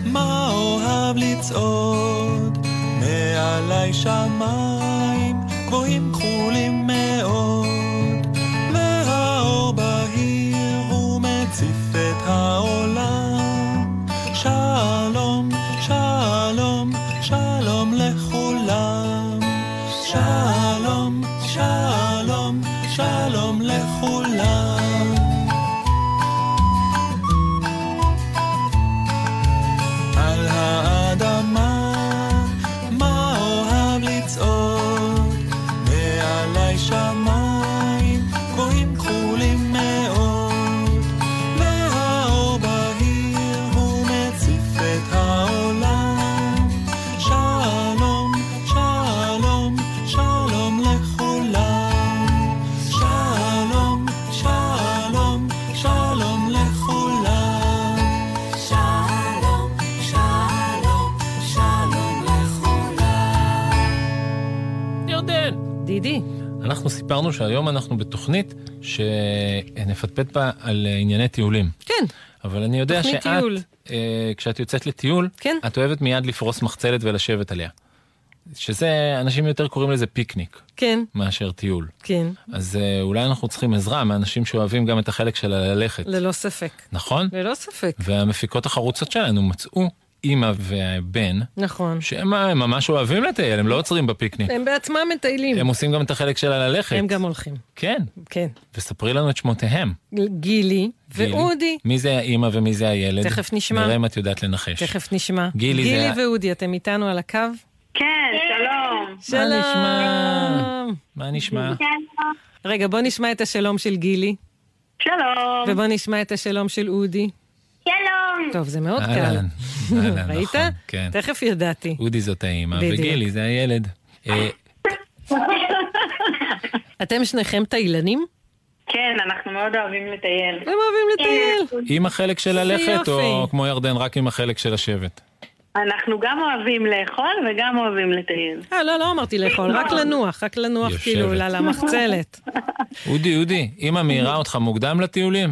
Speaker 11: מה אוהב לצעוד? מעלי שמיים, גבוהים כחולים מאוד. והאור בהיר, הוא מציף את העולם. שלום, שלום, שלום לכולם. שלום, שלום, שלום לכולם. על האדמה, מה אוהב לצעוד? מעלי שמיים, גבוהים כחולים מאוד. והאור בהיר, הוא מציף את העולם. שלום, שלום, שלום לכולם. שלום, שלום, שלום לכולם. שלום, שלום, שלום לכולם.
Speaker 13: ירדן.
Speaker 3: דידי.
Speaker 2: אנחנו סיפרנו שהיום אנחנו בתוכנית שנפטפט בה על אה, ענייני טיולים.
Speaker 3: כן.
Speaker 2: אבל אני יודע
Speaker 3: תוכנית
Speaker 2: שאת,
Speaker 3: טיול.
Speaker 2: אה, כשאת יוצאת לטיול,
Speaker 3: כן.
Speaker 13: אה.
Speaker 2: את אוהבת מיד לפרוס מחצלת ולשבת עליה. שזה, אנשים יותר קוראים לזה פיקניק
Speaker 3: כן,
Speaker 2: מאשר טיול.
Speaker 3: כן,
Speaker 2: אז אה, אולי אנחנו צריכים עזרה מאנשים שאוהבים גם את החלק של הללכת,
Speaker 3: ללא ספק.
Speaker 2: נכון?
Speaker 3: ללא ספק.
Speaker 2: והמפיקות החרוצות שלנו מצאו אימא והבן,
Speaker 3: נכון.
Speaker 2: שהם אה, הם ממש אוהבים לטייל, הם לא עוצרים בפיקניק.
Speaker 3: הם בעצמם מטיילים.
Speaker 2: הם עושים גם את החלק של הללכת.
Speaker 3: הם גם הולכים.
Speaker 2: כן.
Speaker 3: כן.
Speaker 2: וספרי לנו את שמותיהם.
Speaker 3: גילי
Speaker 2: גילי.
Speaker 3: ואודי.
Speaker 2: מי זה האימא ומי זה הילד?
Speaker 3: תכף נשמע.
Speaker 2: נראה אם את יודעת לנחש.
Speaker 3: תכף נשמע.
Speaker 2: גילי זה
Speaker 3: גילי
Speaker 2: ה-
Speaker 3: ואודי, אתם איתנו על הקו?
Speaker 9: כן, שלום.
Speaker 3: שלום.
Speaker 2: מה נשמע?
Speaker 3: רגע, בוא נשמע את השלום של גילי.
Speaker 9: שלום.
Speaker 3: ובוא נשמע את השלום של אודי.
Speaker 9: שלום.
Speaker 3: טוב, זה מאוד קל.
Speaker 2: אהלן. אהלן,
Speaker 3: אוקיי. ראית?
Speaker 2: נכון, כן.
Speaker 3: תכף ידעתי.
Speaker 2: אודי זאת האימא,
Speaker 3: בדיוק.
Speaker 2: וגילי זה הילד. אה,
Speaker 3: אתם שניכם טיילנים?
Speaker 14: כן, אנחנו מאוד אוהבים לטייל.
Speaker 3: הם אוהבים לטייל.
Speaker 2: עם החלק של
Speaker 3: איזה
Speaker 2: הלכת, או
Speaker 3: יופי.
Speaker 2: כמו ירדן, רק עם החלק של השבט?
Speaker 14: אנחנו גם אוהבים לאכול וגם אוהבים לטייל.
Speaker 3: אה, לא, לא אמרתי לאכול, רק לנוח, רק לנוח
Speaker 2: יושבת.
Speaker 3: כאילו על המחצלת.
Speaker 2: אודי, אודי, אמא מעירה אותך מוקדם לטיולים?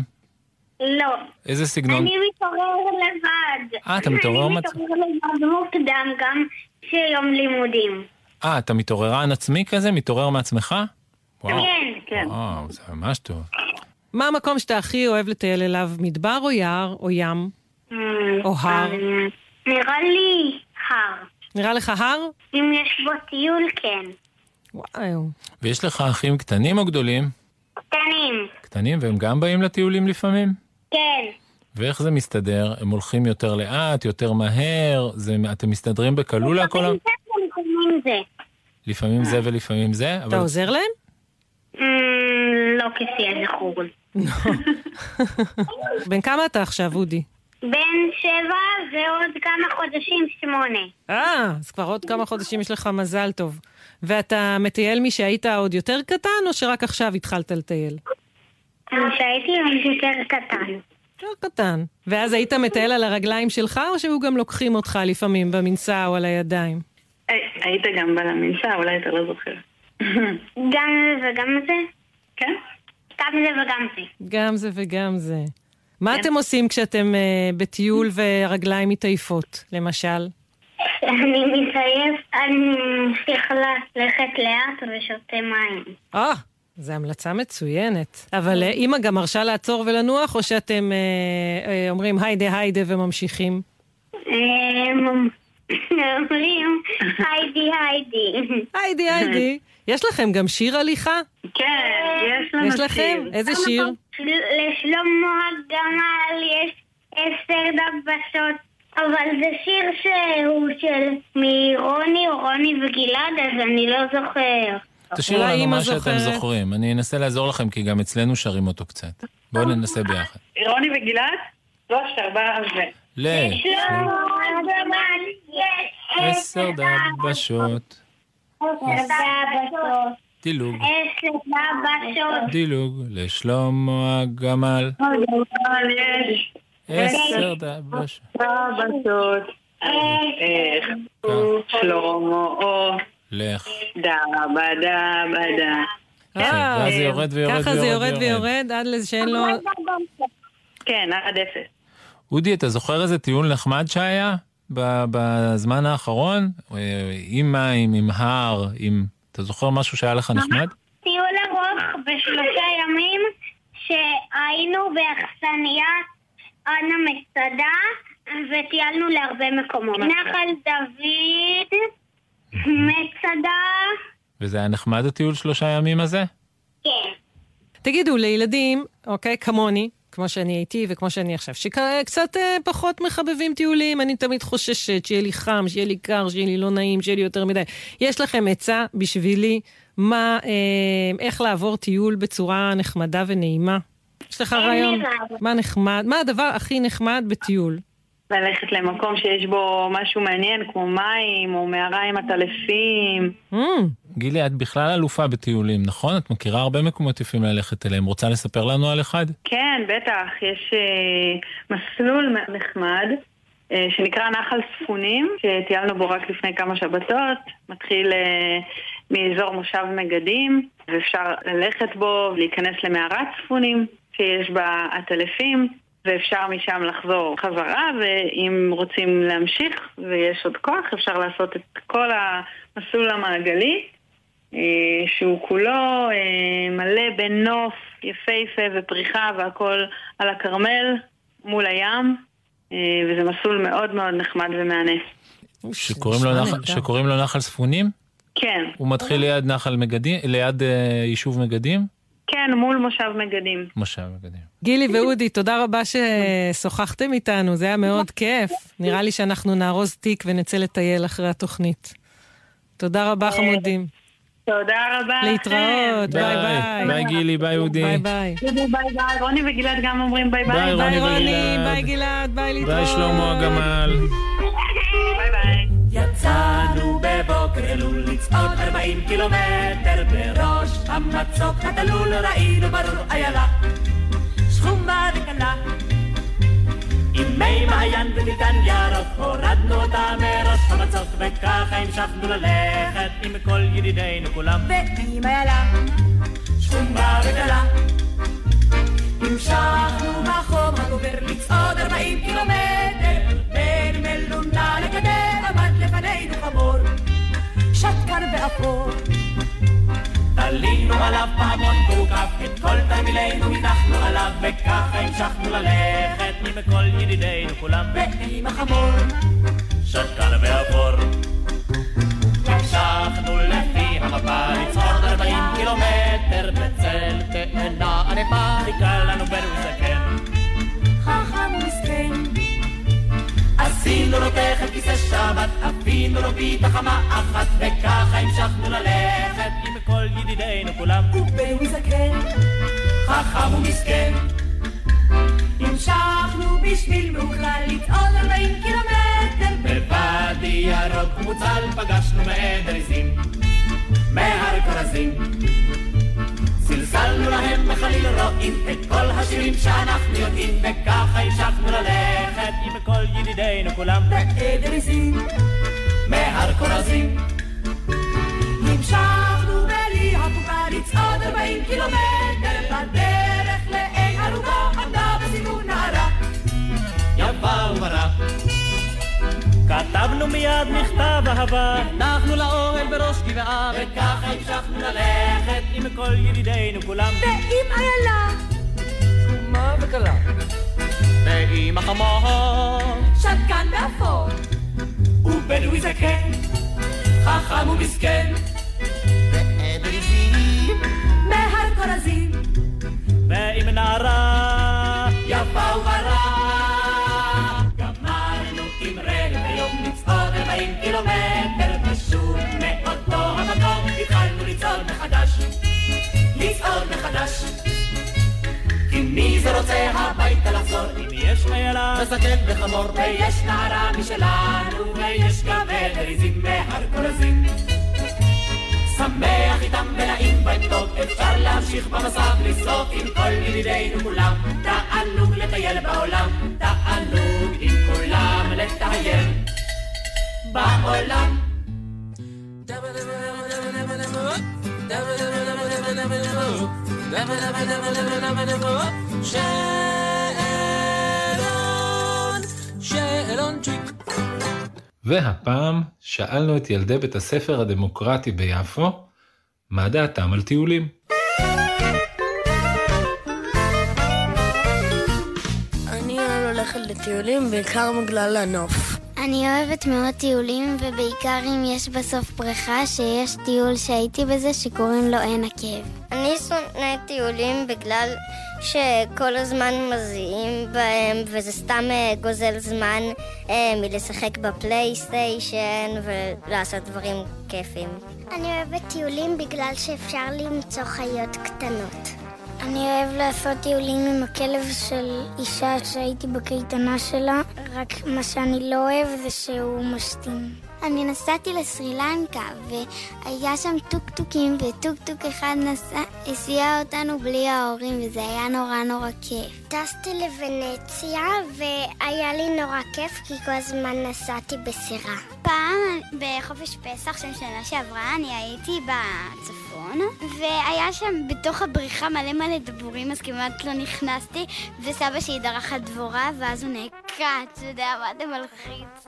Speaker 9: לא.
Speaker 2: איזה סגנון?
Speaker 9: אני מתעורר לבד.
Speaker 2: אה, אתה מתעורר
Speaker 9: אני
Speaker 2: מצ-
Speaker 9: מתעורר לבד מוקדם גם כשיום לימודים.
Speaker 2: אה, אתה מתעוררן עצמי כזה? מתעורר מעצמך? וואו,
Speaker 9: כן, כן.
Speaker 2: וואו, זה ממש טוב.
Speaker 3: מה המקום שאתה הכי אוהב לטייל אליו, מדבר או יער או ים? או הר?
Speaker 9: אמ, נראה לי הר.
Speaker 3: נראה לך הר?
Speaker 9: אם יש בו טיול, כן.
Speaker 3: וואו.
Speaker 2: ויש לך אחים קטנים או גדולים?
Speaker 9: קטנים.
Speaker 2: קטנים, והם גם באים לטיולים לפעמים?
Speaker 9: כן.
Speaker 2: ואיך זה מסתדר? הם הולכים יותר לאט, יותר מהר? זה, אתם מסתדרים בקלולה כל ה...
Speaker 9: לפעמים זה.
Speaker 3: כן.
Speaker 2: לפעמים זה ולפעמים זה? אבל...
Speaker 3: אתה עוזר להם?
Speaker 9: אמ, לא כפי הזכור.
Speaker 3: בן כמה אתה עכשיו, אודי?
Speaker 9: בן שבע ועוד כמה חודשים שמונה.
Speaker 3: אה, אז כבר עוד כמה חודשים יש לך מזל טוב. ואתה מטייל משהיית עוד יותר קטן, או שרק עכשיו התחלת לטייל?
Speaker 9: כשהייתי יותר קטן.
Speaker 3: יותר קטן. ואז היית מטייל על הרגליים שלך, או שהיו גם לוקחים אותך לפעמים במנסה או על הידיים?
Speaker 14: היי, היית גם במנסה, אולי אתה לא זוכר.
Speaker 9: גם זה וגם זה? כן. גם זה וגם זה.
Speaker 3: גם זה וגם כן. זה. מה אתם עושים כשאתם אה, בטיול והרגליים מתעייפות, למשל?
Speaker 9: אני מתעייף, אני ממשיכה ללכת לאט ושותה מים.
Speaker 3: אה, זו המלצה מצוינת. אבל אה, אימא גם מרשה לעצור ולנוח, או שאתם אה, אה, אומרים היידה היידה וממשיכים?
Speaker 9: אמ, אומרים היידי היידי.
Speaker 3: היידי היידי. יש לכם גם שיר הליכה?
Speaker 9: כן, יש
Speaker 3: לנו יש לכם? שיר. איזה שיר?
Speaker 9: לשלמה הגמל יש עשר דבשות, אבל זה שיר שהוא של מרוני, רוני וגלעד, אז אני לא זוכר.
Speaker 2: תשאירו לנו מה שאתם זוכרים. אני אנסה לעזור לכם, כי גם אצלנו שרים אותו קצת. בואו ננסה ביחד.
Speaker 14: רוני וגלעד? שלוש, ארבע, ו...
Speaker 2: ל...
Speaker 9: לשלמה הגמל יש
Speaker 2: עשר דבשות,
Speaker 9: עשר דבשות,
Speaker 2: דילוג,
Speaker 9: עשר דבשות.
Speaker 2: דילוג, לשלמה הגמל. עשר דבשות.
Speaker 14: דבשות.
Speaker 9: אה,
Speaker 14: איך הוא שלמה או
Speaker 2: לך.
Speaker 14: דבה דבה דה.
Speaker 3: אה,
Speaker 2: ואז זה יורד ויורד
Speaker 3: ככה זה
Speaker 2: ויורד
Speaker 3: יורד ויורד עד לזה שאין לו...
Speaker 14: כן, עד אפס.
Speaker 2: אודי, אתה זוכר איזה טיול נחמד שהיה ב- בזמן האחרון? אה, עם מים, עם הר, עם... אתה זוכר משהו שהיה
Speaker 14: אה.
Speaker 2: לך נחמד?
Speaker 9: טיול ארוך בשלושה ימים שהיינו באכסניה אנה מסעדה וטיילנו להרבה מקומות. נחל דוד, מצדה.
Speaker 2: וזה היה נחמד הטיול שלושה ימים הזה?
Speaker 3: תגידו, לילדים, אוקיי, כמוני, כמו שאני הייתי וכמו שאני עכשיו, שקצת אה, פחות מחבבים טיולים, אני תמיד חוששת שיהיה לי חם, שיהיה לי קר, שיהיה לי לא נעים, שיהיה לי יותר מדי. יש לכם עצה בשבילי מה, אה, איך לעבור טיול בצורה נחמדה ונעימה? יש לך
Speaker 14: אין לי
Speaker 3: רעיון?
Speaker 14: רעיון.
Speaker 3: מה נחמד? מה הדבר הכי נחמד בטיול?
Speaker 14: ללכת למקום שיש בו משהו מעניין, כמו מים, או מערה עם עטלפים.
Speaker 3: Mm.
Speaker 2: גילי, את בכלל אלופה בטיולים, נכון? את מכירה הרבה מקומות יפים ללכת אליהם. רוצה לספר לנו על אחד?
Speaker 14: כן, בטח. יש אה, מסלול מאוד נחמד אה, שנקרא נחל ספונים, שטיילנו בו רק לפני כמה שבתות. מתחיל אה, מאזור מושב מגדים, ואפשר ללכת בו ולהיכנס למערת ספונים, שיש בה עטלפים. ואפשר משם לחזור חזרה, ואם רוצים להמשיך ויש עוד כוח, אפשר לעשות את כל המסלול המעגלי. אה, שהוא כולו אה, מלא בנוף יפהפה ופריחה והכל על הכרמל מול הים, אה, וזה מסלול מאוד מאוד נחמד ומהנה.
Speaker 2: שקוראים לו, נחל, שקוראים לו נחל ספונים?
Speaker 14: כן,
Speaker 2: הוא מתחיל ליד נחל מגדים, ליד אה, יישוב מגדים?
Speaker 14: כן, מול מושב מגדים.
Speaker 2: מושב מגדים.
Speaker 3: גילי ואודי, תודה רבה ששוחחתם איתנו, זה היה מאוד כיף. נראה לי שאנחנו נארוז תיק ונצא לטייל אחרי התוכנית. תודה
Speaker 14: אה,
Speaker 3: רבה, חמודים.
Speaker 14: תודה רבה לכם.
Speaker 3: להתראות, ביי ביי.
Speaker 2: ביי גילי, ביי אודי.
Speaker 3: ביי ביי.
Speaker 14: ביי ביי, רוני וגלעד גם אומרים ביי ביי.
Speaker 2: ביי, רוני וגלעד.
Speaker 3: ביי גלעד, ביי להתראות.
Speaker 2: ביי שלמה הגמל.
Speaker 4: יצאנו בבוקר אלול לצעוד 40 קילומטר בראש המצוק התלול ראינו ברור איילה שחומה וקלה עם מי מים מעיין ודלתן ירוק, הורדנו אותה מראש המצוק, וככה המשכנו ללכת עם כל ידידינו כולם.
Speaker 8: ואם איילה,
Speaker 4: שחומרה ודלה,
Speaker 8: המשכנו בחום הגובר לצעוד 40 קילומטר, בין מלונה לגדר עמד לפנינו חמור, שתקן ואפור.
Speaker 4: תלינו עליו פעמון והוא קף את כל תרמילינו, הנחנו עליו, וככה המשכנו ללכת עם כל ידידינו כולם. ועם החמור, שתקן ואפור. המשכנו לפי המפה לצעוד 40 קילומטר בצל תאנה ענפה חיכה לנו בן וזקן
Speaker 8: חכם ומסכן.
Speaker 4: עשינו לו תכף כיסא שבת אפינו לו פיתה חמה אחת וככה המשכנו ללכת עם כל ידידינו כולם
Speaker 8: ובן וזקן,
Speaker 4: חכם ומסכן
Speaker 8: המשכנו בשביל מאוחר לצעוד 40 קילומטר,
Speaker 4: בוואדי ירוק ומוצל פגשנו מעדר עזים מהר כרזים סלסלנו להם בחליל רואים את כל השירים שאנחנו יודעים וככה המשכנו ללכת עם כל ידידינו כולם מעדר עזים מהר כרזים
Speaker 8: המשכנו בלי הפוכה לצעוד 40 קילומטר בדרך לעין ערובה עמדה בסיבוב נערה
Speaker 4: יפה וברח כתבנו מיד מכתב אהבה, הנחנו לאוהל בראש גבעה, וככה המשכנו ללכת עם כל ידידינו כולם.
Speaker 8: ועם איילה
Speaker 4: מה וכלה? ועם החמור,
Speaker 8: שתקן ואפור
Speaker 4: ובדואי זקן, חכם ומסכן,
Speaker 8: מהר כורזים
Speaker 4: ועם נערה, יפה וברח. גמרנו עם רגל היום לצעוד 40 קילומטר, ושוב מאותו המקום התחלנו לצעוד מחדש, לצעוד מחדש. כי מי זה רוצה הביתה לחזור? אם יש איילה וזקן וחמור, ויש נערה משלנו, ויש גם עזים והר כורזים. שמח איתם ונעים בטוב, אפשר להמשיך במסע ולסוף עם כל ידידינו כולם. תענוג לטייל בעולם, תענוג עם כולם לטייל בעולם.
Speaker 2: שאלון, שאלונצ'יק.
Speaker 15: והפעם שאלנו את ילדי בית הספר הדמוקרטי ביפו, מה דעתם על טיולים?
Speaker 16: אני אוהב ללכת לטיולים בעיקר בגלל הנוף.
Speaker 12: אני אוהבת מאוד טיולים, ובעיקר אם יש בסוף בריכה, שיש טיול שהייתי בזה שקוראים לו עין עקב.
Speaker 17: אני שונא טיולים בגלל שכל הזמן מזיעים בהם, וזה סתם אה, גוזל זמן אה, מלשחק בפלייסטיישן ולעשות דברים כיפים.
Speaker 12: אני אוהבת טיולים בגלל שאפשר למצוא חיות קטנות. אני אוהב לעשות טיולים עם הכלב של אישה שהייתי בקייטנה שלה, רק מה שאני לא אוהב זה שהוא משתין. אני נסעתי לסרילנקה, והיה שם טוקטוקים, וטוקטוק אחד נסע, הסיע אותנו בלי ההורים, וזה היה נורא נורא כיף.
Speaker 18: טסתי לוונציה והיה לי נורא כיף כי כל הזמן נסעתי בסירה.
Speaker 19: פעם בחופש פסח של שנה שעברה אני הייתי בצפון והיה שם בתוך הבריכה מלא מלא דבורים אז כמעט לא נכנסתי וסבא שלי דרך על דבורה ואז הוא נעקץ, אתה יודע מה זה מלחיץ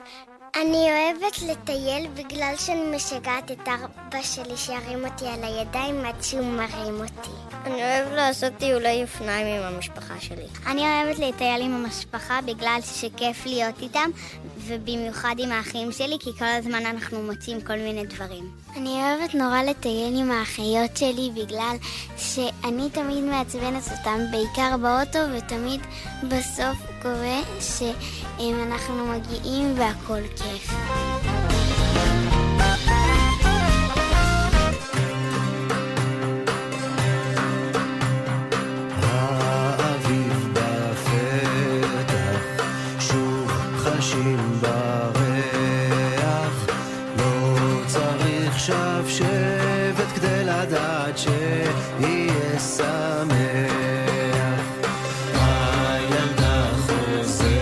Speaker 18: אני אוהבת לטייל בגלל שאני משגעת את ארבא שלי שירים אותי על הידיים עד שהוא מרים אותי.
Speaker 17: אני אוהב לעשות טיולי אופניים עם המשפחה שלי.
Speaker 19: אני אוהבת לטייל עם המשפחה בגלל שכיף להיות איתם, ובמיוחד עם האחים שלי, כי כל הזמן אנחנו מוצאים כל מיני דברים.
Speaker 12: אני אוהבת נורא לטייל עם האחיות שלי בגלל שאני תמיד מעצבנת אותן, בעיקר באוטו, ותמיד בסוף קורה שאנחנו מגיעים והכל כיף.
Speaker 20: האביב בפתח, שוב חשים בריח. לא צריך שבשבת כדי לדעת שיהיה שמח. הילדה חוזרת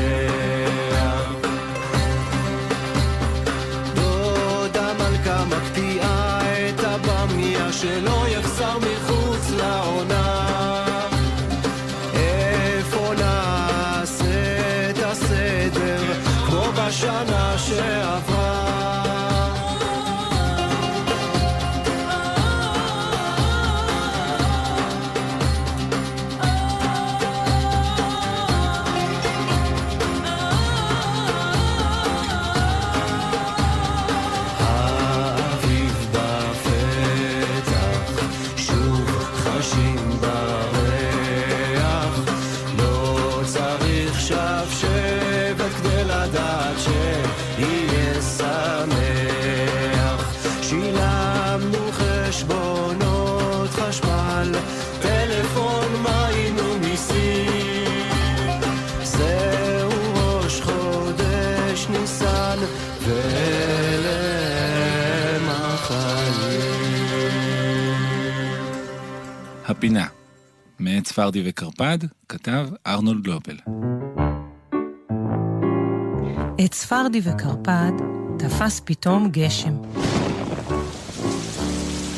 Speaker 20: שמח. דודה מלכה מקפיאה את הבמיה שלא יחסר מחוץ לעונה. איפה נעשה את הסדר כמו בשנה שעברה? האביב בפתח, שוב חשים בריח. לא צריך שבשבת כדי לדעת שיהיה שמח. שילמנו חשבונות חשמל, טלפון, מים ומיסים. זהו ראש חודש ניסן, ואלה הם החיים.
Speaker 2: הפינה, מאת ספרדי וקרפד, כתב ארנולד לובל.
Speaker 3: את ספרדי וקרפד תפס פתאום גשם.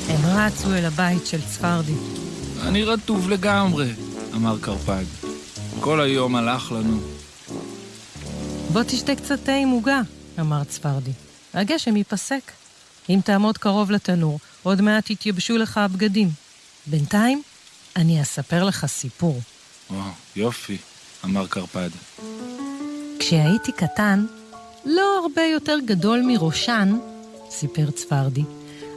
Speaker 3: הם רצו אל הבית של ספרדי.
Speaker 2: אני רטוב לגמרי, אמר קרפד. כל היום הלך לנו.
Speaker 3: בוא תשתה קצת תה עם עוגה, אמר צפרדי. הגשם ייפסק. אם תעמוד קרוב לתנור, עוד מעט יתייבשו לך הבגדים. בינתיים, אני אספר לך סיפור.
Speaker 2: וואו, יופי, אמר קרפד.
Speaker 3: כשהייתי קטן, לא הרבה יותר גדול מראשן, סיפר צפרדי,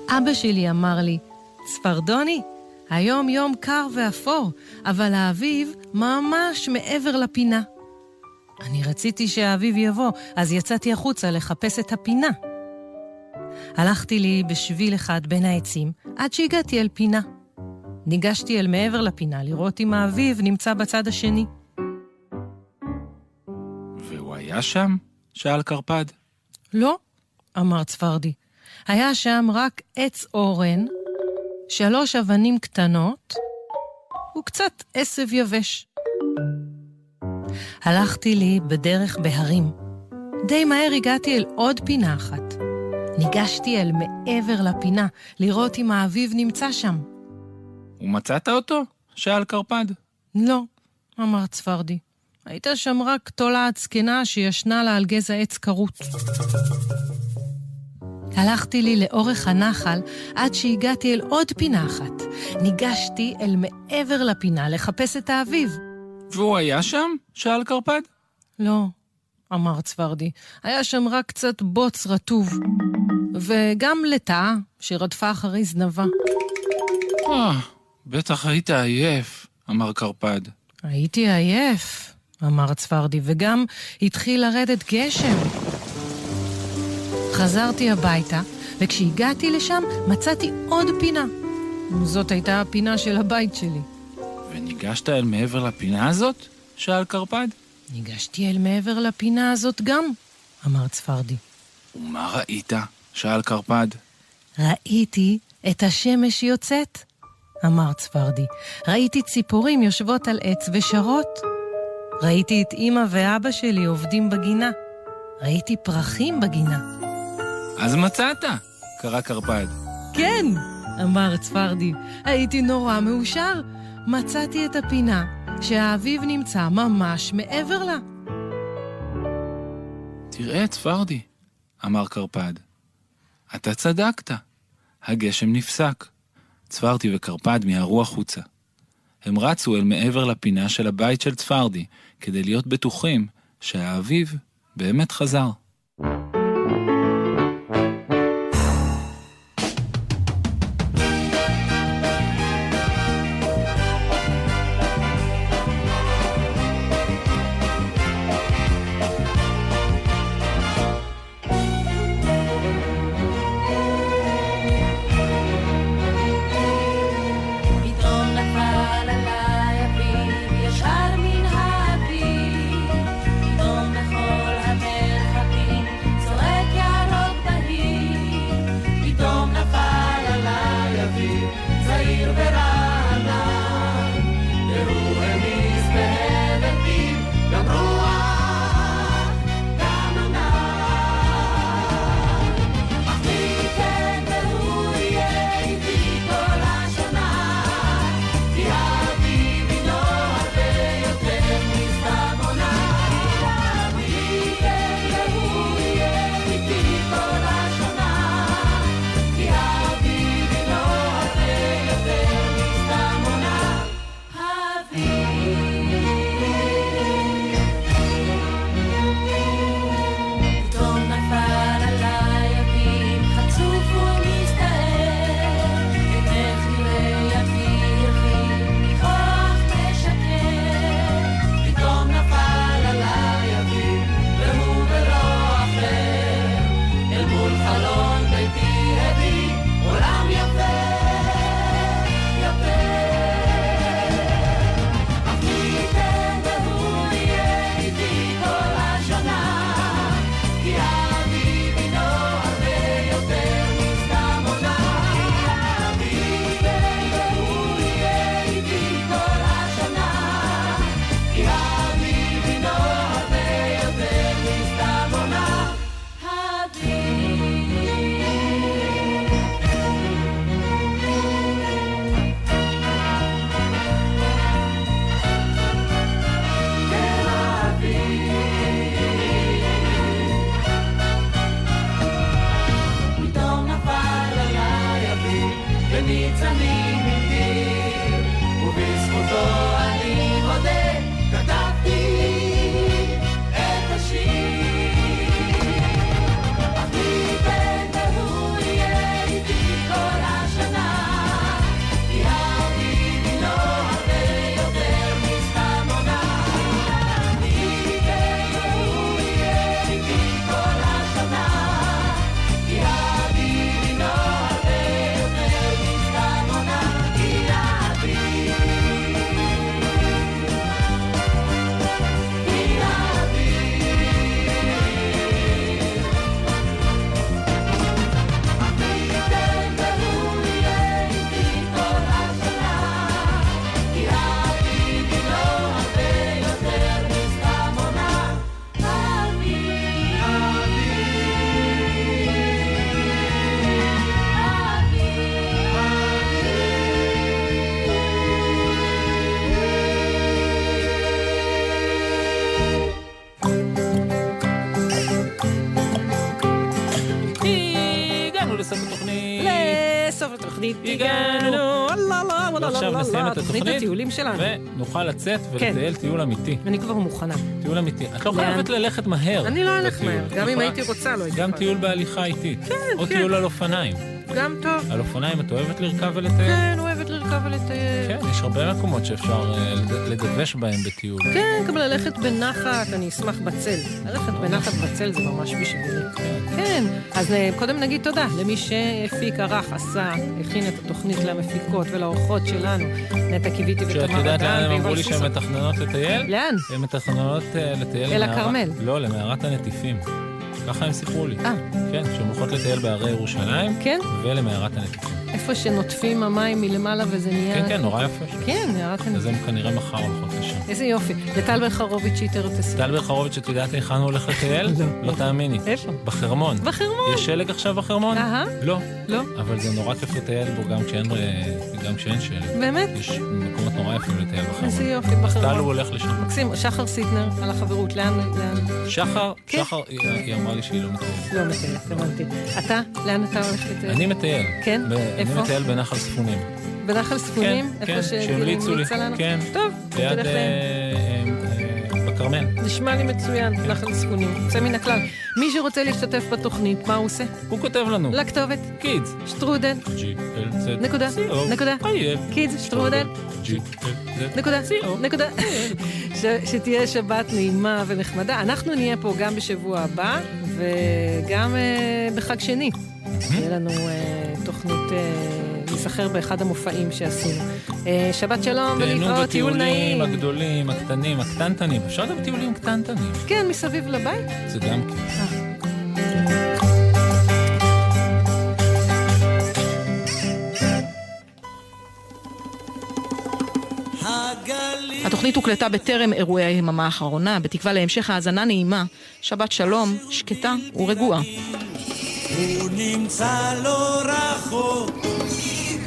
Speaker 3: אבא שלי אמר לי, צפרדוני, היום יום קר ואפור, אבל האביב ממש מעבר לפינה. אני רציתי שהאביב יבוא, אז יצאתי החוצה לחפש את הפינה. הלכתי לי בשביל אחד בין העצים, עד שהגעתי אל פינה. ניגשתי אל מעבר לפינה לראות אם האביב נמצא בצד השני.
Speaker 2: והוא היה שם? שאל קרפד.
Speaker 3: לא, אמר צפרדי. היה שם רק עץ אורן, שלוש אבנים קטנות וקצת עשב יבש. הלכתי לי בדרך בהרים. די מהר הגעתי אל עוד פינה אחת. ניגשתי אל מעבר לפינה, לראות אם האביב נמצא שם.
Speaker 2: ומצאת אותו? שאל קרפד.
Speaker 3: לא, אמר צפרדי. הייתה שם רק תולעת זקנה שישנה לה על גזע עץ כרות. הלכתי לי לאורך הנחל עד שהגעתי אל עוד פינה אחת. ניגשתי אל מעבר לפינה לחפש את האביב.
Speaker 2: והוא היה שם? שאל קרפד.
Speaker 3: לא, אמר צפרדי, היה שם רק קצת בוץ רטוב. וגם לטאה שרדפה אחרי זנבה.
Speaker 2: אה, בטח היית עייף, אמר קרפד.
Speaker 3: הייתי עייף, אמר צפרדי, וגם התחיל לרדת גשם. חזרתי הביתה, וכשהגעתי לשם מצאתי עוד פינה. זאת הייתה הפינה של הבית שלי.
Speaker 2: וניגשת אל מעבר לפינה הזאת? שאל קרפד.
Speaker 3: ניגשתי אל מעבר לפינה הזאת גם, אמר צפרדי.
Speaker 2: ומה ראית? שאל קרפד.
Speaker 3: ראיתי את השמש יוצאת, אמר צפרדי. ראיתי ציפורים יושבות על עץ ושרות. ראיתי את אמא ואבא שלי עובדים בגינה. ראיתי פרחים בגינה.
Speaker 2: אז מצאת! קרא קרפד.
Speaker 3: כן, אמר צפרדי, הייתי נורא מאושר. מצאתי את הפינה שהאביב נמצא ממש מעבר לה.
Speaker 2: תראה, צפרדי, אמר קרפד. אתה צדקת. הגשם נפסק. צפרדי וקרפד מיהרו החוצה. הם רצו אל מעבר לפינה של הבית של צפרדי, כדי להיות בטוחים שהאביב באמת חזר.
Speaker 4: פתאום נפל עליי אביב ישר מן האביב פתאום בכל המרחבים צועק יא
Speaker 3: לתוכנית הגענו. אללה, אללה, אללה,
Speaker 2: ועכשיו
Speaker 3: אללה,
Speaker 2: נסיים
Speaker 3: אללה,
Speaker 2: את
Speaker 3: לא, תוכנית
Speaker 2: התוכנית,
Speaker 3: הטיולים שלנו.
Speaker 2: ונוכל לצאת
Speaker 3: כן.
Speaker 2: ולטייל טיול אמיתי.
Speaker 3: אני כבר מוכנה.
Speaker 2: טיול אמיתי. את לא
Speaker 3: לאן?
Speaker 2: חייבת ללכת מהר.
Speaker 3: אני לא אלך
Speaker 2: בטיול.
Speaker 3: מהר,
Speaker 2: את
Speaker 3: גם אם
Speaker 2: יכולה-
Speaker 3: הייתי רוצה לא הייתי
Speaker 2: גם
Speaker 3: יכולה.
Speaker 2: טיול בהליכה איטית. או
Speaker 3: כן.
Speaker 2: טיול על אופניים.
Speaker 3: גם טוב.
Speaker 2: על אופניים את אוהבת לרכב ולטייל?
Speaker 3: כן, אוהבת לרכב ולטייל.
Speaker 2: כן, יש הרבה מקומות שאפשר אה, לד- לדווש בהם בטיול.
Speaker 3: כן, גם ללכת בנחת, אני אשמח בצל. ללכת בנחת בצל זה ממש בשבילי. כן, אז אה, קודם נגיד תודה למי שהפיק, ערך, עשה, הכין את התוכנית למפיקות ולאורחות שלנו, נטע קיוויתי ותמר
Speaker 2: שאת יודעת לאן הם אמרו לי שהן
Speaker 3: שוסמן.
Speaker 2: מתכננות לטייל?
Speaker 3: לאן?
Speaker 2: הן מתכננות אה, לטייל...
Speaker 3: אל
Speaker 2: למערת-
Speaker 3: הכרמל.
Speaker 2: לא, למערת הנטיפים. ככה הם סיפרו לי.
Speaker 3: אה.
Speaker 2: כן, שהן הולכות לטייל בהרי ירושלים.
Speaker 3: כן?
Speaker 2: ולמערת הנטיפים.
Speaker 3: איפה שנוטפים המים מלמעלה וזה נהיה...
Speaker 2: כן, כן, נורא יפה. שם.
Speaker 3: כן, נערת
Speaker 2: אז הם כנראה מחר הולכות לשם.
Speaker 3: איזה יופי. לטל בן חרוביץ' שאיתר את הסיפור.
Speaker 2: טל ברחרוביץ', את יודעת היכן הוא הולך לטייל? לא תאמיני.
Speaker 3: איפה?
Speaker 2: בחרמון.
Speaker 3: בחרמון.
Speaker 2: יש שלג עכשיו בחרמון?
Speaker 3: אהה.
Speaker 2: לא.
Speaker 3: לא?
Speaker 2: אבל זה נורא כיף לטייל בו גם כשאין אה, גם כשאין שלג.
Speaker 3: באמת?
Speaker 2: יש מקומות נורא יפים לטייל
Speaker 3: איזה
Speaker 2: בחרמון.
Speaker 3: יופי, בחרמון.
Speaker 2: טל הוא הולך לשם.
Speaker 3: מקסים, שחר סיטנר, על החברות, לאן? לאן?
Speaker 2: שחר, שחר, היא- היא אמרה לי שהיא לא מטיילת.
Speaker 3: לא מטיילת, הבנתי. אתה? לאן אתה הולך לטייל?
Speaker 2: אני מטייל.
Speaker 3: כן?
Speaker 2: ב-
Speaker 3: איפה?
Speaker 2: אני מטייל בנחל ספונים.
Speaker 3: בנחל ספונים?
Speaker 2: כן,
Speaker 3: איפה
Speaker 2: כן,
Speaker 3: שגילי
Speaker 2: שהמליצו לי.
Speaker 3: המליצה לנו?
Speaker 2: כן.
Speaker 3: טוב,
Speaker 2: ליד...
Speaker 3: תלך
Speaker 2: אה,
Speaker 3: להם.
Speaker 2: אה, אה, בכרמל.
Speaker 3: נשמע לי מצוין,
Speaker 2: כן.
Speaker 3: נחל ספונים, יוצא מן הכלל. מי שרוצה להשתתף בתוכנית, מה הוא עושה?
Speaker 2: הוא כותב לנו.
Speaker 3: לכתובת.
Speaker 2: קידס.
Speaker 3: שטרודל.
Speaker 2: GLZ.
Speaker 3: נקודה.
Speaker 2: CO.
Speaker 3: נקודה.
Speaker 2: IL.
Speaker 3: קידס, שטרודל.
Speaker 2: GLZ.
Speaker 3: נקודה, נקודה. ש- שתהיה שבת נעימה ונחמדה. אנחנו נהיה פה גם בשבוע הבא, וגם אה, בחג שני. תהיה לנו אה, תוכנית אה, להיזכר באחד המופעים שעשינו. אה, שבת שלום
Speaker 2: תהנו
Speaker 3: ולהתראות, טיול
Speaker 2: בטיולים
Speaker 3: נעים.
Speaker 2: הגדולים, הקטנים, הקטנטנים. אפשר גם טיולים קטנטנים.
Speaker 3: כן, מסביב לבית.
Speaker 2: זה גם כן.
Speaker 21: התוכנית הוקלטה בטרם אירועי היממה האחרונה, בתקווה להמשך האזנה נעימה. שבת שלום, שקטה ורגועה.
Speaker 4: הוא נמצא לא רחוק,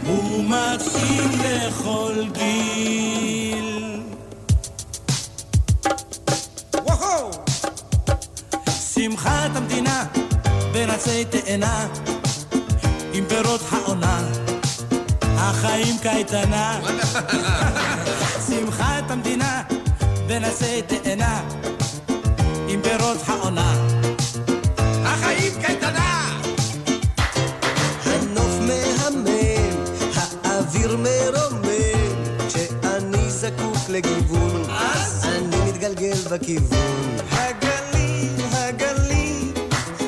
Speaker 4: הוא מתאים לכל גיל. וואו! שמחת המדינה ברצי תאנה, עם פירות העונה, החיים קייטנה. שמחת המדינה ברצי תאנה, עם פירות העונה, החיים קייטנה.
Speaker 10: הנוף מהמם, האוויר מרומם, כשאני זקוק לגיוון, אז אני מתגלגל בכיוון.
Speaker 4: הגליל, הגליל,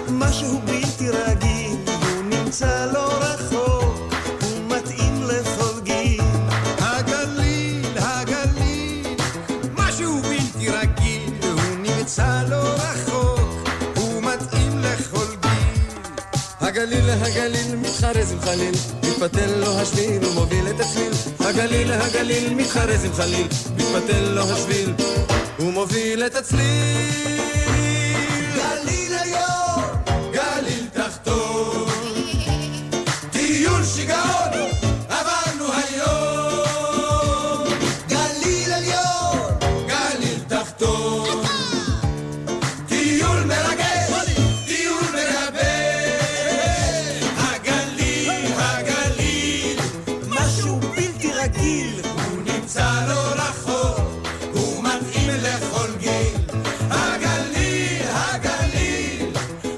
Speaker 4: משהו בלתי רגיל, הוא נמצא לא רחוק, הוא מתאים לכל גיל. הגליל, הגליל, משהו בלתי רגיל, הוא נמצא לא רחוק, הוא מתאים לכל גיל.
Speaker 10: הגליל, הגליל, מתחרז עם חליל, מתפתל לו השביל ומוביל את הצליל. הגליל, הגליל, מתחרז עם חליל, מתפתל לו השביל ומוביל את הצליל.
Speaker 4: גליל היום, גליל תחתון. טיול שיגעון, עברנו היום. גליל עליון, גליל תחתון. טיול מרגש, טיול מרבש. הגליל, הגליל, משהו בלתי רגיל. הוא נמצא לא רחוק, הוא מתאים לכל גיל. הגליל, הגליל,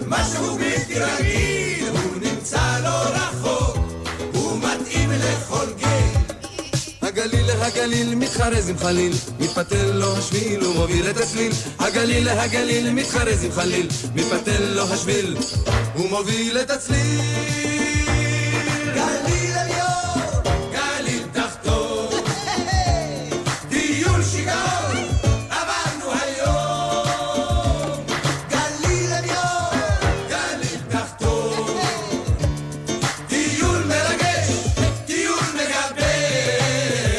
Speaker 4: משהו בלתי רגיל, הוא נמצא לא רחוק, הוא מתאים לכל גיל.
Speaker 10: הגליל, הגליל, מתחרז עם חליל, מתפתל לו השביל ומוביל את הצליל. הגליל, הגליל, מתחרז עם חליל, מתפתל לו השביל ומוביל את הצליל.
Speaker 4: גליל עליון, גליל תחתון, טיול שיגעון, עברנו היום. גליל עליון, גליל תחתון, טיול מרגש, טיול מגבש.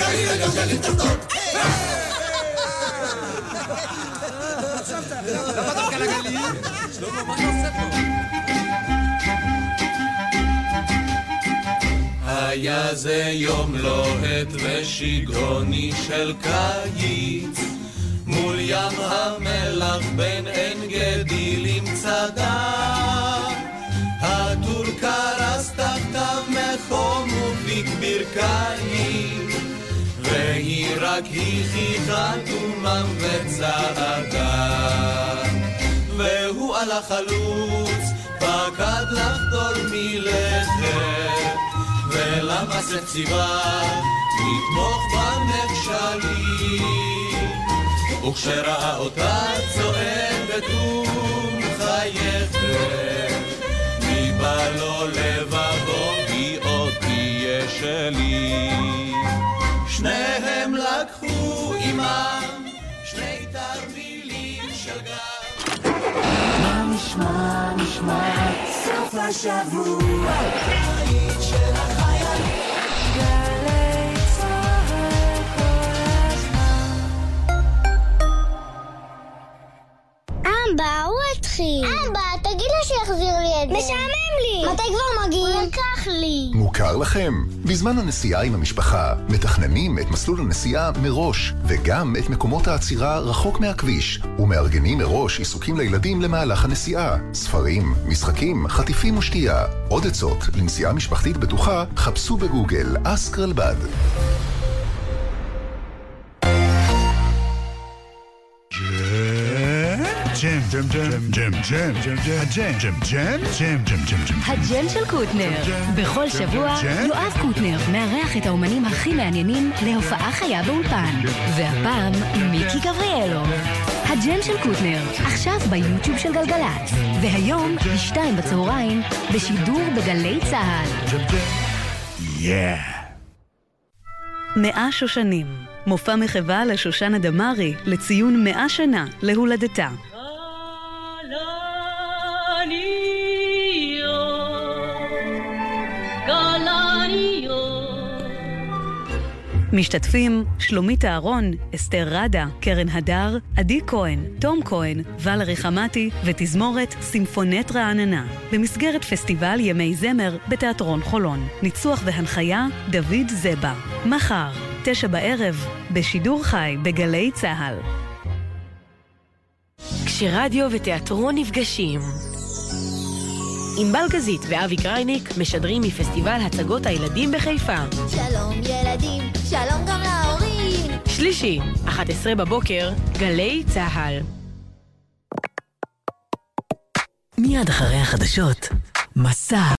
Speaker 4: גליל עליון, גליל תחתון. למה דווקא לגליל? שלמה, מה אתה עושה
Speaker 22: היה זה יום לוהט ושיגעוני של קיץ מול ים המלח בין עין גדי למצדה הטור קרס תחתיו
Speaker 4: רק היא חיכה דומם וצעדה. והוא על החלוץ, פקד לחדול מלכת, ולמה זה ציווה לתמוך בנכשלים. וכשראה אותה צועדת ומחייכת, ניבא לו לבבו כי עוד תהיה שלי. שניהם לקחו עימם שני תרמילים של גב.
Speaker 23: מה נשמע, נשמע, סוף השבוע. הבית של החיילים. גלי צהר כל הזמן.
Speaker 12: אמבה, הוא התחיל. אמבה, תגיד לו שיחזיר לי את זה. משעמם לי. מתי כבר מגיעים? הוא לקח לי.
Speaker 24: מוכר לכם? בזמן הנסיעה עם המשפחה, מתכננים את מסלול הנסיעה מראש, וגם את מקומות העצירה רחוק מהכביש, ומארגנים מראש עיסוקים לילדים למהלך הנסיעה. ספרים, משחקים, חטיפים ושתייה. עוד עצות לנסיעה משפחתית בטוחה, חפשו בגוגל אסק רלב"ד.
Speaker 25: ג'ם, ג'ם, ג'ם, ג'ם, ג'ם, ג'ם, ג'ם, ג'ם, ג'ם, ג'ם, ג'ם, ג'ם, ג'ם.
Speaker 26: הג'ם של קוטנר. בכל שבוע יואב קוטנר מארח את האומנים הכי מעניינים להופעה חיה באולפן. והפעם מיקי גבריאלו. הג'ם של קוטנר, עכשיו ביוטיוב של גלגלצ. והיום, בשתיים בצהריים, בשידור בגלי צה"ל.
Speaker 25: יא.
Speaker 1: מאה שושנים, מופע מחווה לשושנה דמארי לציון מאה שנה להולדתה. משתתפים שלומית אהרון, אסתר ראדה, קרן הדר, עדי כהן, תום כהן, ולרי חמתי ותזמורת סימפונט רעננה, במסגרת פסטיבל ימי זמר בתיאטרון חולון. ניצוח והנחיה דוד זבה. מחר, תשע בערב, בשידור חי בגלי צה"ל.
Speaker 21: כשרדיו ותיאטרון נפגשים. ענבל גזית ואבי קרייניק משדרים מפסטיבל הצגות הילדים בחיפה.
Speaker 5: שלום ילדים, שלום גם להורים.
Speaker 21: שלישי, 11 בבוקר, גלי צה"ל.
Speaker 27: מיד אחרי החדשות, מסע